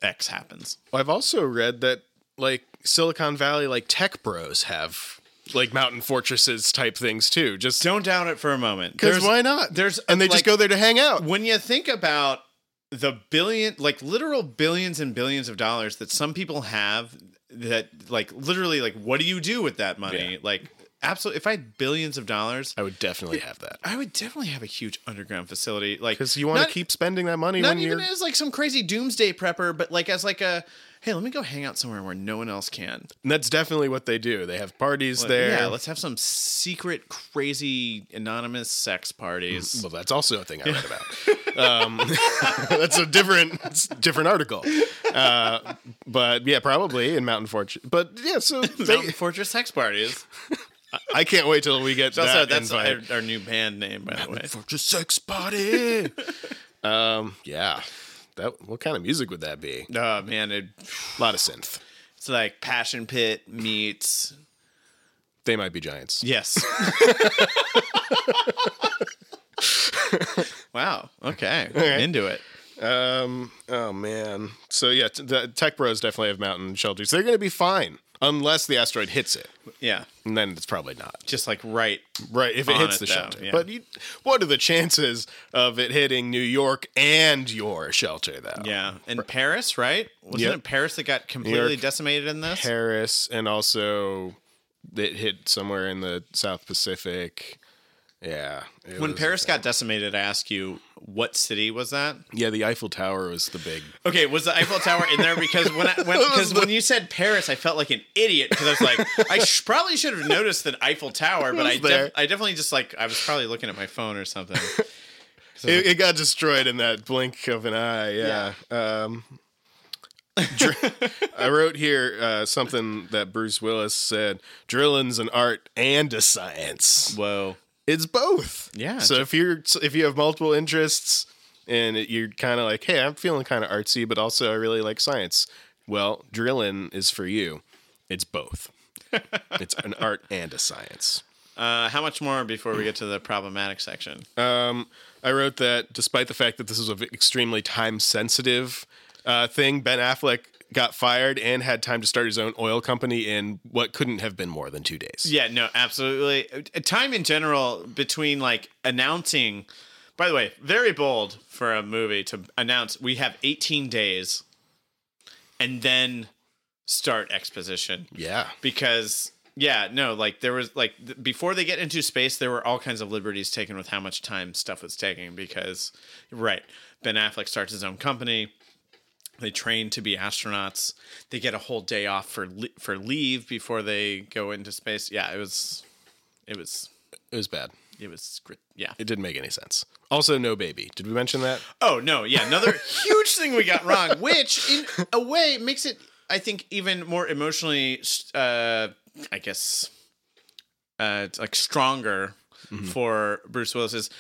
X happens. I've also read that like Silicon Valley, like tech bros have like mountain fortresses type things too. Just Don't doubt it for a moment. because There's- why not? There's and they like- just go there to hang out. when you think about the billion like literal billions and billions of dollars that some people have that like literally like what do you do with that money Yeah. like absolutely if i had billions of dollars I would definitely have that i would definitely have a huge underground facility like because you want to not- keep spending that money not when even you're as like some crazy doomsday prepper but like as like a hey let me go hang out somewhere where no one else can And that's definitely what they do they have parties Like, there yeah let's have some secret crazy anonymous sex parties well that's also a thing i read about um, that's a different it's a different article uh, but yeah probably in mountain fortune but yeah so Mountain they, Fortress sex parties. i can't wait till we get It's also, that that's invite. our, our new band name, by the way. fortress sex party um, yeah that what kind of music would that be Oh man, it, a lot of synth it's like Passion Pit meets they might be giants yes. wow. Okay, into it. Um. Oh man. So yeah, t- the tech bros definitely have mountain shelters. They're going to be fine unless the asteroid hits it, Yeah, and then it's probably not. just like right. Right. If it On hits it, the though, shelter. yeah. But you, what are the chances of it hitting New York and your shelter though? Yeah, and Paris, right? Wasn't Yep. it Paris that got completely decimated in this? Paris and also it hit somewhere in the South Pacific. Yeah. it when was- Paris got decimated, I ask you, what city was that? Yeah, the Eiffel Tower was the big. Okay, was the Eiffel Tower in there? Because when I, when, cause when you said Paris, I felt like an idiot because I was like, I sh- probably should have noticed that Eiffel Tower, but I, was there. def- I definitely just like I was probably looking at my phone or something. It, it got destroyed in that blink of an eye. Yeah. Um, dr- I wrote here uh, something that Bruce Willis said: "Drilling's an art and a science. Whoa. It's both." Yeah. So if you're if you have multiple interests and it, you're kind of like, "Hey, I'm feeling kind of artsy, but also I really like science," well, drilling is for you. It's both. it's an art and a science. Uh, how much more before we get to the problematic section? Uh. I wrote that despite the fact that this was an extremely time sensitive uh, thing, Ben Affleck got fired and had time to start his own oil company in what couldn't have been more than two days. yeah, no, absolutely. Uh, Time in general between like announcing. By the way, very bold for a movie to announce we have 18 days, and then start exposition Yeah. because Yeah, no, like there was like th- before they get into space, there were all kinds of liberties taken with how much time stuff was taking because, right, Ben Affleck starts his own company. They train to be astronauts. They get a whole day off for le- for leave before they go into space. Yeah, it was, it was, It was bad. it was. gr- Yeah. It didn't make any sense. Also, no baby. Did we mention that? Oh no, yeah, another huge thing we got wrong, which in a way makes it, I think, even more emotionally, uh, I guess, uh, it's like stronger Mm-hmm. for Bruce Willis. Is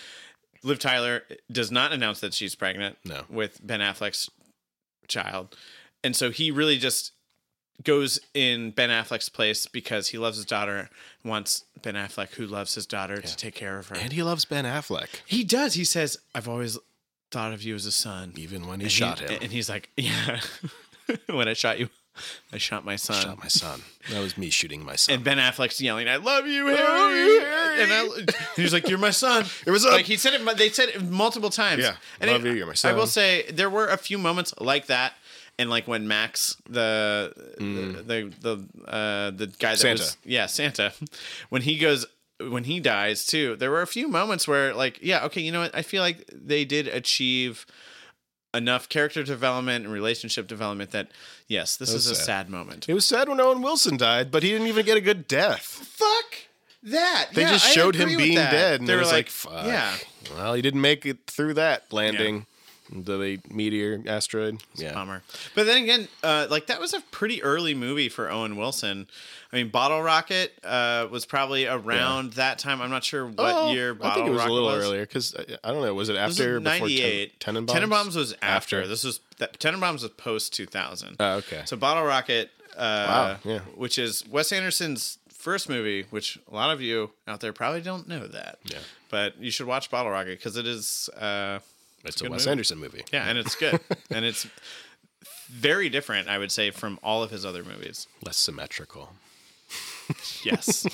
Liv Tyler does not announce that she's pregnant No. with Ben Affleck's child, and so he really just goes in Ben Affleck's place because he loves his daughter, wants Ben Affleck, who loves his daughter, to take care of her. And he loves Ben Affleck, He does. He says, "I've always thought of you as a son." even when he And shot he- him. and he's like, "Yeah, when I shot you, I shot my son." shot my son. That was me shooting my son. um, and Ben Affleck's yelling, "I love you, Harry!" love you, And, I, and he's like, "You're my son." It was a- like he said it. mu- They said it multiple times. Yeah, and love it- you, you're my I son. will say there were a few moments like that, and like when Max, the the the the, uh, the guy that Mm. Santa. was yeah Santa, when he goes. When he dies too, there were a few moments where, like, yeah, okay, you know what? I feel like they did achieve enough character development and relationship development that, yes, this is a sad. sad moment. it was sad when Owen Wilson died, but he didn't even get a good death. fuck that. They Yeah, just I showed him agree with being that. dead, and They it were was like, fuck. Yeah. Well, he didn't make it through that landing. The meteor asteroid. Yeah. Bummer. But then again, uh, like that was a pretty early movie for Owen Wilson. I mean, Bottle Rocket uh, was probably around that time. I'm not sure what Oh, year I Bottle think it was Rocket a little was. earlier because I don't know. Was it This was after? or before Ten- 98. Tenenbaums? Tenenbaums was after. After. This was that, Tenenbaums was post 2000. Oh, okay. So Bottle Rocket, uh, Wow, yeah. which is Wes Anderson's first movie, which a lot of you out there probably don't know that. Yeah. But you should watch Bottle Rocket because it is. Uh, it's a a good Wes movie. Anderson movie. Yeah, and it's good. and it's very different, I would say, from all of his other movies. Less symmetrical. Yes.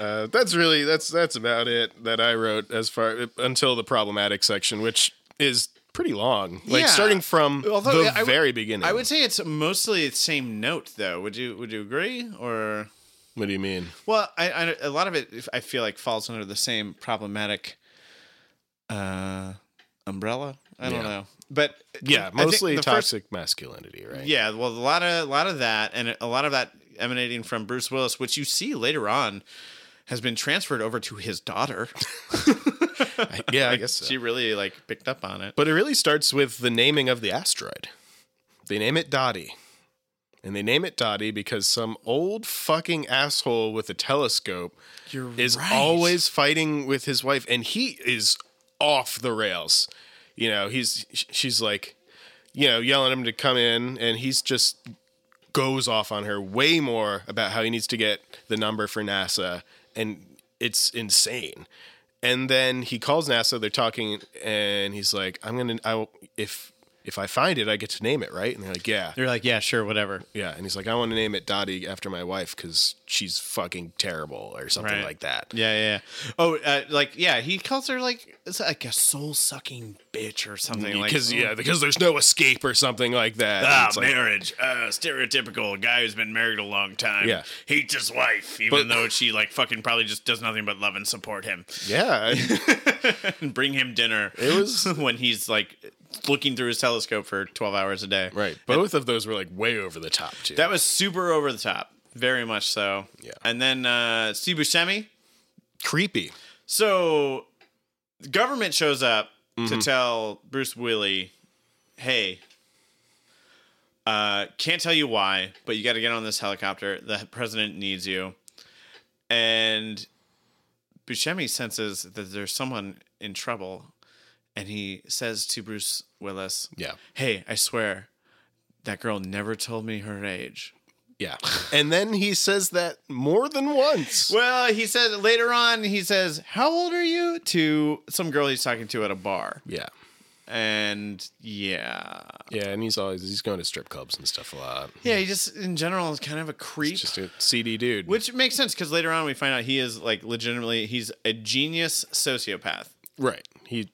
Uh, that's really that's that's about it that I wrote as far until the problematic section, which is pretty long. Like Yeah. starting from Although, the I would- very beginning. I would say it's mostly the same note though. Would you would you agree? Or What do you mean? well, I, I a lot of it if- I feel like falls under the same problematic uh umbrella. I don't Yeah. know. But Yeah, I think mostly the first- toxic masculinity, right? Yeah, well, a lot of a lot of that, and a lot of that emanating from Bruce Willis, which you see later on, has been transferred over to his daughter. I, yeah, I guess so. She really like picked up on it. But it really starts with the naming of the asteroid. They name it Dottie. And they name it Dottie because some old fucking asshole with a telescope is always fighting with his wife. And he is off the rails. You know, he's, sh- she's like, you know, yelling at him to come in. And he's just goes off on her way more about how he needs to get the number for NASA. And it's insane. And then he calls NASA. They're talking, and he's like, "I'm gonna, I will, if if I find it, I get to name it, right?" And they're like, "Yeah, You're like, yeah, sure, whatever. yeah." And he's like, "I want to name it Dottie after my wife because she's fucking terrible or something Right. like that." Yeah, yeah. yeah. Oh, uh, like yeah, he calls her like it's like a soul sucking bitch or something. Like mm. Ah, Because yeah, because there's no escape or something like that. And it's like- marriage. Uh, stereotypical. A guy who's been married a long time. Yeah. Hates his wife, even But- though she, like, fucking probably just does nothing but love and support him. yeah, and bring him dinner. It was- when he's, like, looking through his telescope for 12 hours a day. right. Both of those were like way over the top too. That was super over the top. Very much so. Yeah. And then uh, Steve Buscemi. creepy. So the government shows up to tell Bruce Willie, hey, uh, can't tell you why, but you got to get on this helicopter. The president needs you. And Buscemi senses that there's someone in trouble. And he says to Bruce Willis, Yeah. Hey, I swear, that girl never told me her age. Yeah, and then he says that more than once. Well, he said later on, he says, How old are you? to some girl he's talking to at a bar. Yeah, And yeah. yeah, and he's always he's going to strip clubs and stuff a lot. Yeah, he just, in general, is kind of a creep. He's just a seedy dude. which makes sense because later on we find out he is like legitimately, he's a genius sociopath. Right. He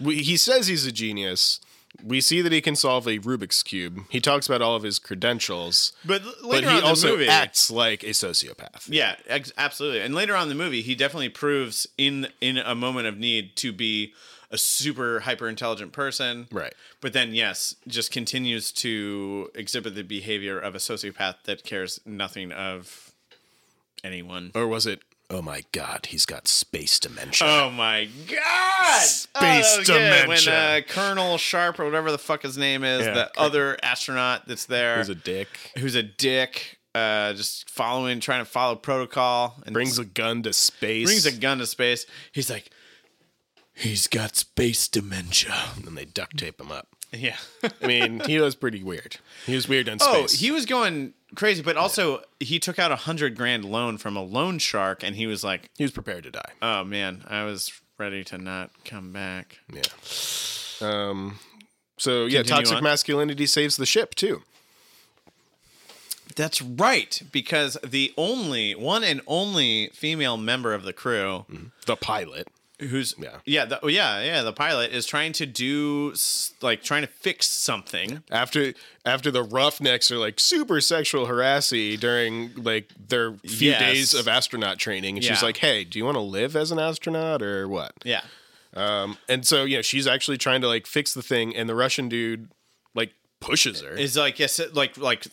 we, he says he's a genius. we see that he can solve a Rubik's cube. He talks about all of his credentials, But l- but later he on in the also movie, acts like a sociopath. yeah, ex- absolutely. And later on in the movie, he definitely proves in in a moment of need to be a super hyper intelligent person. Right. But then, yes, just continues to exhibit the behavior of a sociopath that cares nothing of anyone. Or was it? Oh my God, he's got space dementia. Oh my god! Space When uh, dementia. Colonel Sharp or whatever the fuck his name is, Yeah, the Col- other astronaut that's there, he's a dick. who's a dick, uh, just following, trying to follow protocol, and Brings a gun to space. brings a gun to space. He's like, he's got space dementia. and then they duct tape him up. Yeah. I mean, he was pretty weird. He was weird on oh, space. he was going crazy, but also he took out a hundred grand loan from a loan shark, and he was like, he was prepared to die. oh man, I was ready to not come back. Yeah. Um. So yeah, Continue toxic on. masculinity saves the ship too. That's right, because the only one and only female member of the crew The pilot. who's Yeah. yeah the, oh, yeah yeah the pilot is trying to do s- like trying to fix something. After after the roughnecks are like super sexual harassy during like their few Yes. days of astronaut training, and she's Yeah. like, "Hey, do you want to live as an astronaut or what?" Yeah. Um, and so you know, she's actually trying to like fix the thing, and the Russian dude like pushes her. Is like yes like like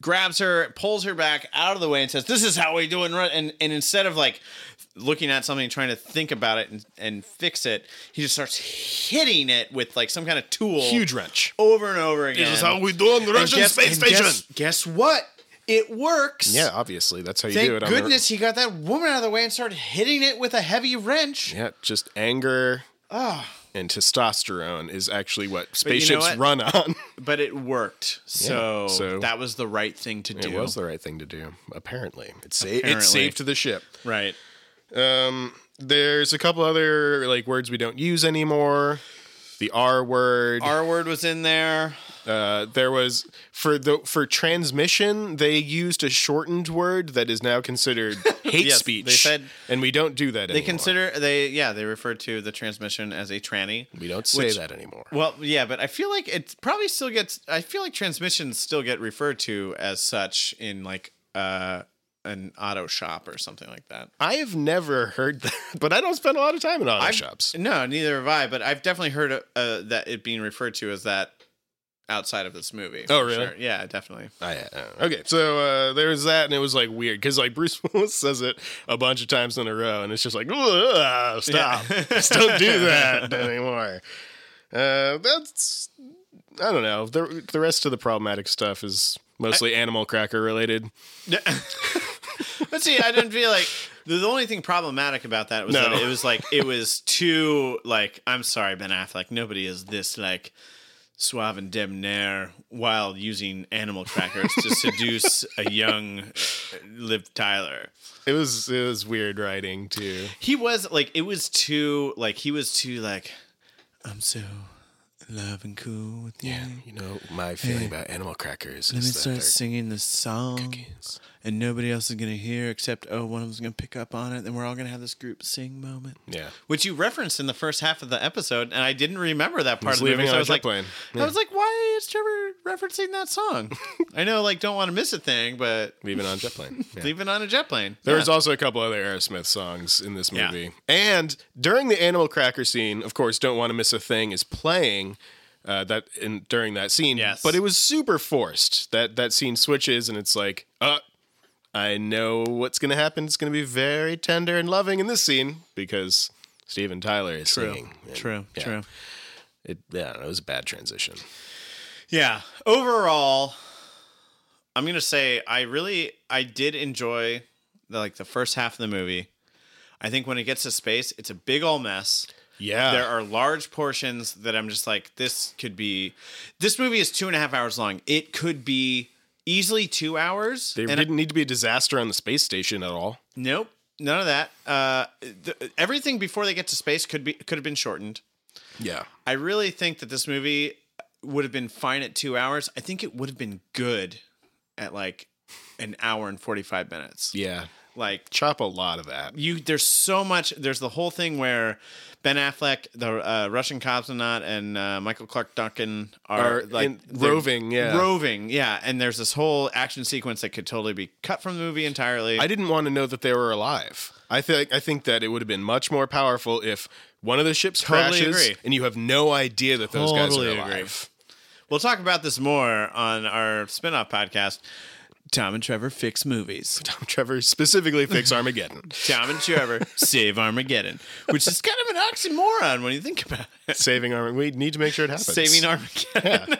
grabs her, pulls her back out of the way and says, "This is how we do it." in Ru-" And and instead of like looking at something trying to think about it and, and fix it, he just starts hitting it with like some kind of tool Huge wrench. over and over again. we do on the And guess- and Guess, guess what? It works. Yeah, obviously that's how you do Thank it. on the- goodness he got that woman out of the way and started hitting it with a heavy wrench. Yeah, just anger and testosterone is actually what Ah. you know spaceships what? run on. But it worked. So, so- that was the right thing to do. It was the right thing to do, apparently. It, sa- it Apparently. saved the ship. right. Um, there's a couple other like words we don't use anymore. The R word. R word was in there. uh, there was for the for transmission they used a shortened word that is now considered hate Yes, speech. they said- and we don't do that They anymore. consider they yeah, they refer to the transmission as a tranny. we don't say which- that anymore. Well, yeah, but I feel like it probably still gets I feel like transmissions still get referred to as such in like uh an auto shop or something like that. I have never heard that, but I don't spend a lot of time in auto I've- shops. No, neither have I. But I've definitely heard uh, uh, that it being referred to as that outside of this movie. Oh, for really? Yeah, definitely. I, uh, okay, so uh, there was that, and it was like weird because like Bruce Willis says it a bunch of times in a row, and it's just like "Ugh, stop, Just don't do that anymore. Uh, that's I don't know. The the rest of the problematic stuff is mostly animal cracker related. But see, I didn't feel like the, the only thing problematic about that was No. that it was like it was too like I'm sorry, Ben Affleck. Nobody is this like suave and debonair while using animal crackers to seduce a young uh, Liv Tyler. It was it was weird writing too. He was like it was too like he was too like I'm so love and cool with you. You know my feeling about animal crackers Let me start singing this song, and nobody else is gonna hear except oh, one of them's gonna pick up on it. Then we're all gonna have this group sing moment, yeah. which you referenced in the first half of the episode, and I didn't remember that part He's of the movie. leaving So on I a was like, jet plane. I was like, why is Trevor referencing that song? I know, like, don't want to miss a thing, but Leaving on a jet plane. Yeah. leave it on a jet plane. There Yeah. was also a couple other Aerosmith songs in this Yeah. movie. And during the Animal Cracker scene, of course, Don't Want to Miss a Thing is playing uh, that in, during that scene. Yes. But it was super forced. That that scene switches and it's like, uh, I know what's going to happen. It's going to be very tender and loving in this scene because Steven Tyler is singing. And true, Yeah. true. It, yeah, it was a bad transition. Yeah. Overall, I'm gonna say I really I did enjoy the, like the first half of the movie. I think when it gets to space, it's a big old mess. Yeah. There are large portions that I'm just like, this could be. This movie is two and a half hours long. It could be easily two hours. there and didn't need to be a disaster on the space station at all. Nope, none of that. Uh, th- everything before they get to space could be could have been shortened. Yeah. I really think that this movie would have been fine at two hours. I think it would have been good at like an hour and 45 minutes. Yeah. Like Chop a lot of that. you there's so much there's the whole thing where Ben Affleck, the uh, Russian cosmonaut, and uh, Michael Clark Duncan are, Are like in- they're roving, yeah. roving, yeah. And there's this whole action sequence that could totally be cut from the movie entirely. I didn't want to know that they were alive. I think I think that it would have been much more powerful if one of the ships Totally crashes agree. and you have no idea that those Totally guys are agree. alive. we'll talk about this more on our spin-off podcast. Tom and Trevor fix movies. Tom Trevor specifically fix Armageddon. Tom and Trevor save Armageddon, which is kind of an oxymoron when you think about it. Saving Armageddon. We need to make sure it happens. Saving Armageddon.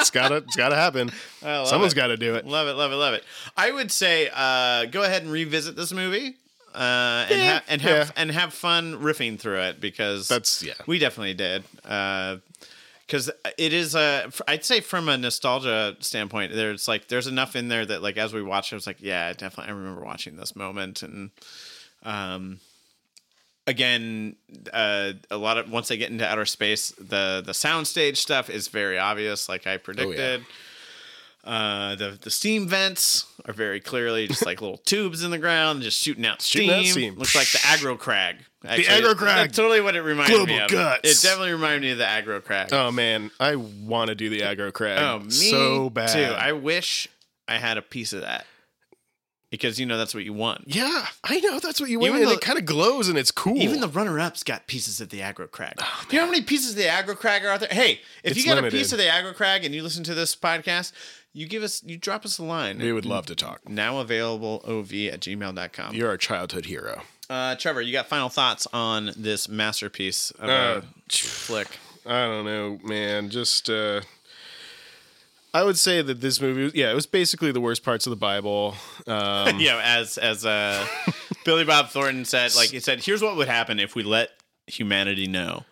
It's gotta it's gotta happen. love Someone's it. gotta do it. Love it, love it, love it. I would say uh, go ahead and revisit this movie uh, and, ha- and have Yeah. and have fun riffing through it because That's- yeah. we definitely did because it is a I'd say from a nostalgia standpoint there's like there's enough in there that like as we watched it I was like yeah definitely I remember watching this moment and um again uh a lot of once they get into outer space the the soundstage stuff is very obvious Oh, like I predicted. Uh, the the steam vents are very clearly just like little tubes in the ground, just shooting out steam. Shooting out steam. Looks like the aggro crag. Actually, aggro crag. That's totally what it reminded me Global of. guts. It definitely reminded me of the aggro crag. Oh man, I wanna do the aggro crag Oh, me so bad. Too. I wish I had a piece of that because you know that's what you want. yeah, I know that's what you want. Even and the- it kind of glows and it's cool. Even the runner-ups got pieces of the aggro crag. you know how many pieces of the aggro crag are out there? Hey, if Oh, It's you got limited. a piece of the aggro crag and you listen to this podcast, you give us, you drop us a line. we would love to talk. now available ov at gmail.com. You're our childhood hero. Uh, Trevor, you got final thoughts on this masterpiece of a Uh, flick? I don't know, man. Just uh I would say that this movie, was, yeah, it was basically the worst parts of the Bible. Um, You know, as as uh, Billy Bob Thornton said, like he said, here's what would happen if we let humanity know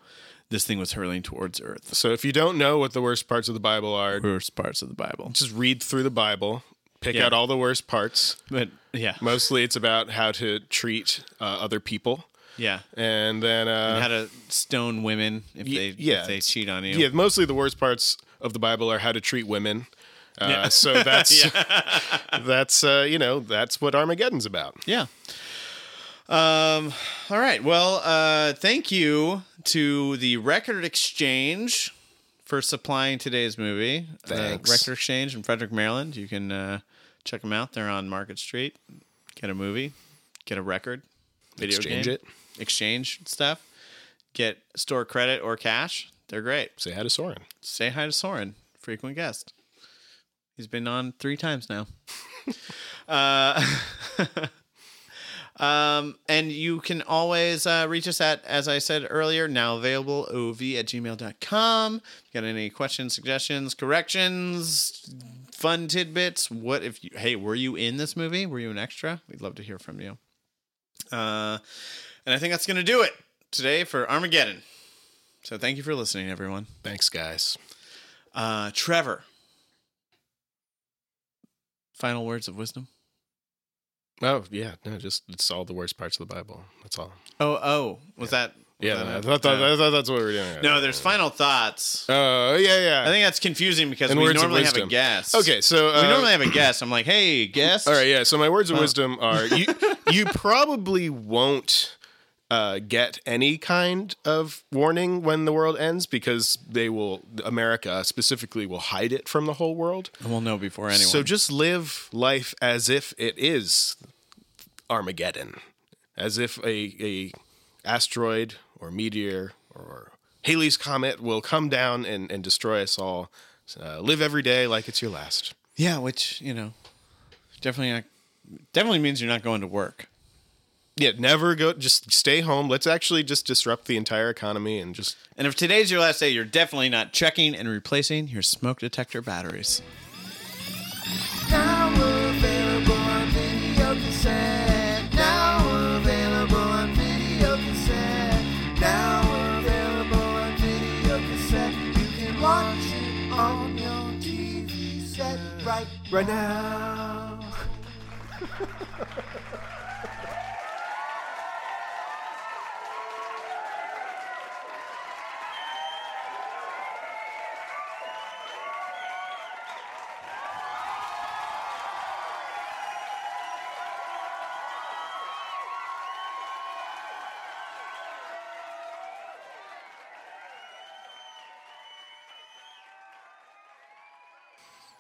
this thing was hurling towards Earth. so if you don't know what the worst parts of the Bible are, Worst parts of the Bible, just read through the Bible, pick Yeah. out all the worst parts. but yeah, Mostly, it's about how to treat uh, other people, yeah, and then uh, how to stone women if they yeah, if they it's- cheat on you. yeah, mostly the worst parts of the Bible are how to treat women. Uh, So that's that's uh, you know that's what Armageddon's about. Yeah. Um, all right. Well, uh, thank you to the Record Exchange for supplying today's movie. Thanks. The Record Exchange in Frederick, Maryland. You can uh, check them out. They're on Market Street. Get a movie, get a record, video Exchange game, it. exchange stuff, get store credit or cash. They're great. Say hi to Soren. Say hi to Soren, frequent guest. He's been on three times now. uh, um, and you can always uh, reach us at, as I said earlier, now available ov at gmail.com. If you got any questions, suggestions, corrections, fun tidbits? What if you, hey, were you in this movie? Were you an extra? We'd love to hear from you. Uh, and I think that's going to do it today for Armageddon. So thank you for listening, everyone. Thanks, guys. Uh, Trevor. Final words of wisdom. Oh yeah, no, just it's all the worst parts of the Bible. That's all. Oh, oh, was that? was Yeah, that I it? thought, that- Uh, I thought that's what we were doing. no, there's final thoughts. Oh yeah, yeah. I think that's confusing because And we words of normally have a wisdom. guest. okay, so uh, we normally have a guest. I'm like, hey, guest. All right, yeah. So my words of wisdom are you you probably won't uh, get any kind of warning when the world ends because they will America specifically will hide it from the whole world. And we'll know before anyone. So just live life as if it is Armageddon, as if a, a asteroid or meteor or Halley's comet will come down and, and destroy us all. Uh, live every day like it's your last. yeah, which you know, definitely, not, definitely means you're not going to work. Yeah, never go. Just stay home. Let's actually just disrupt the entire economy and just And if today's your last day, you're definitely not checking and replacing your smoke detector batteries. Now available on video cassette. Now available on video cassette. Now available on video cassette. You can watch it on your TV set right, right now.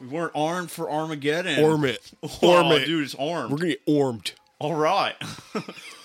We weren't armed for Armageddon. Orm it. Oh, Orm it. dude, it's armed. We're gonna get ormed. All right.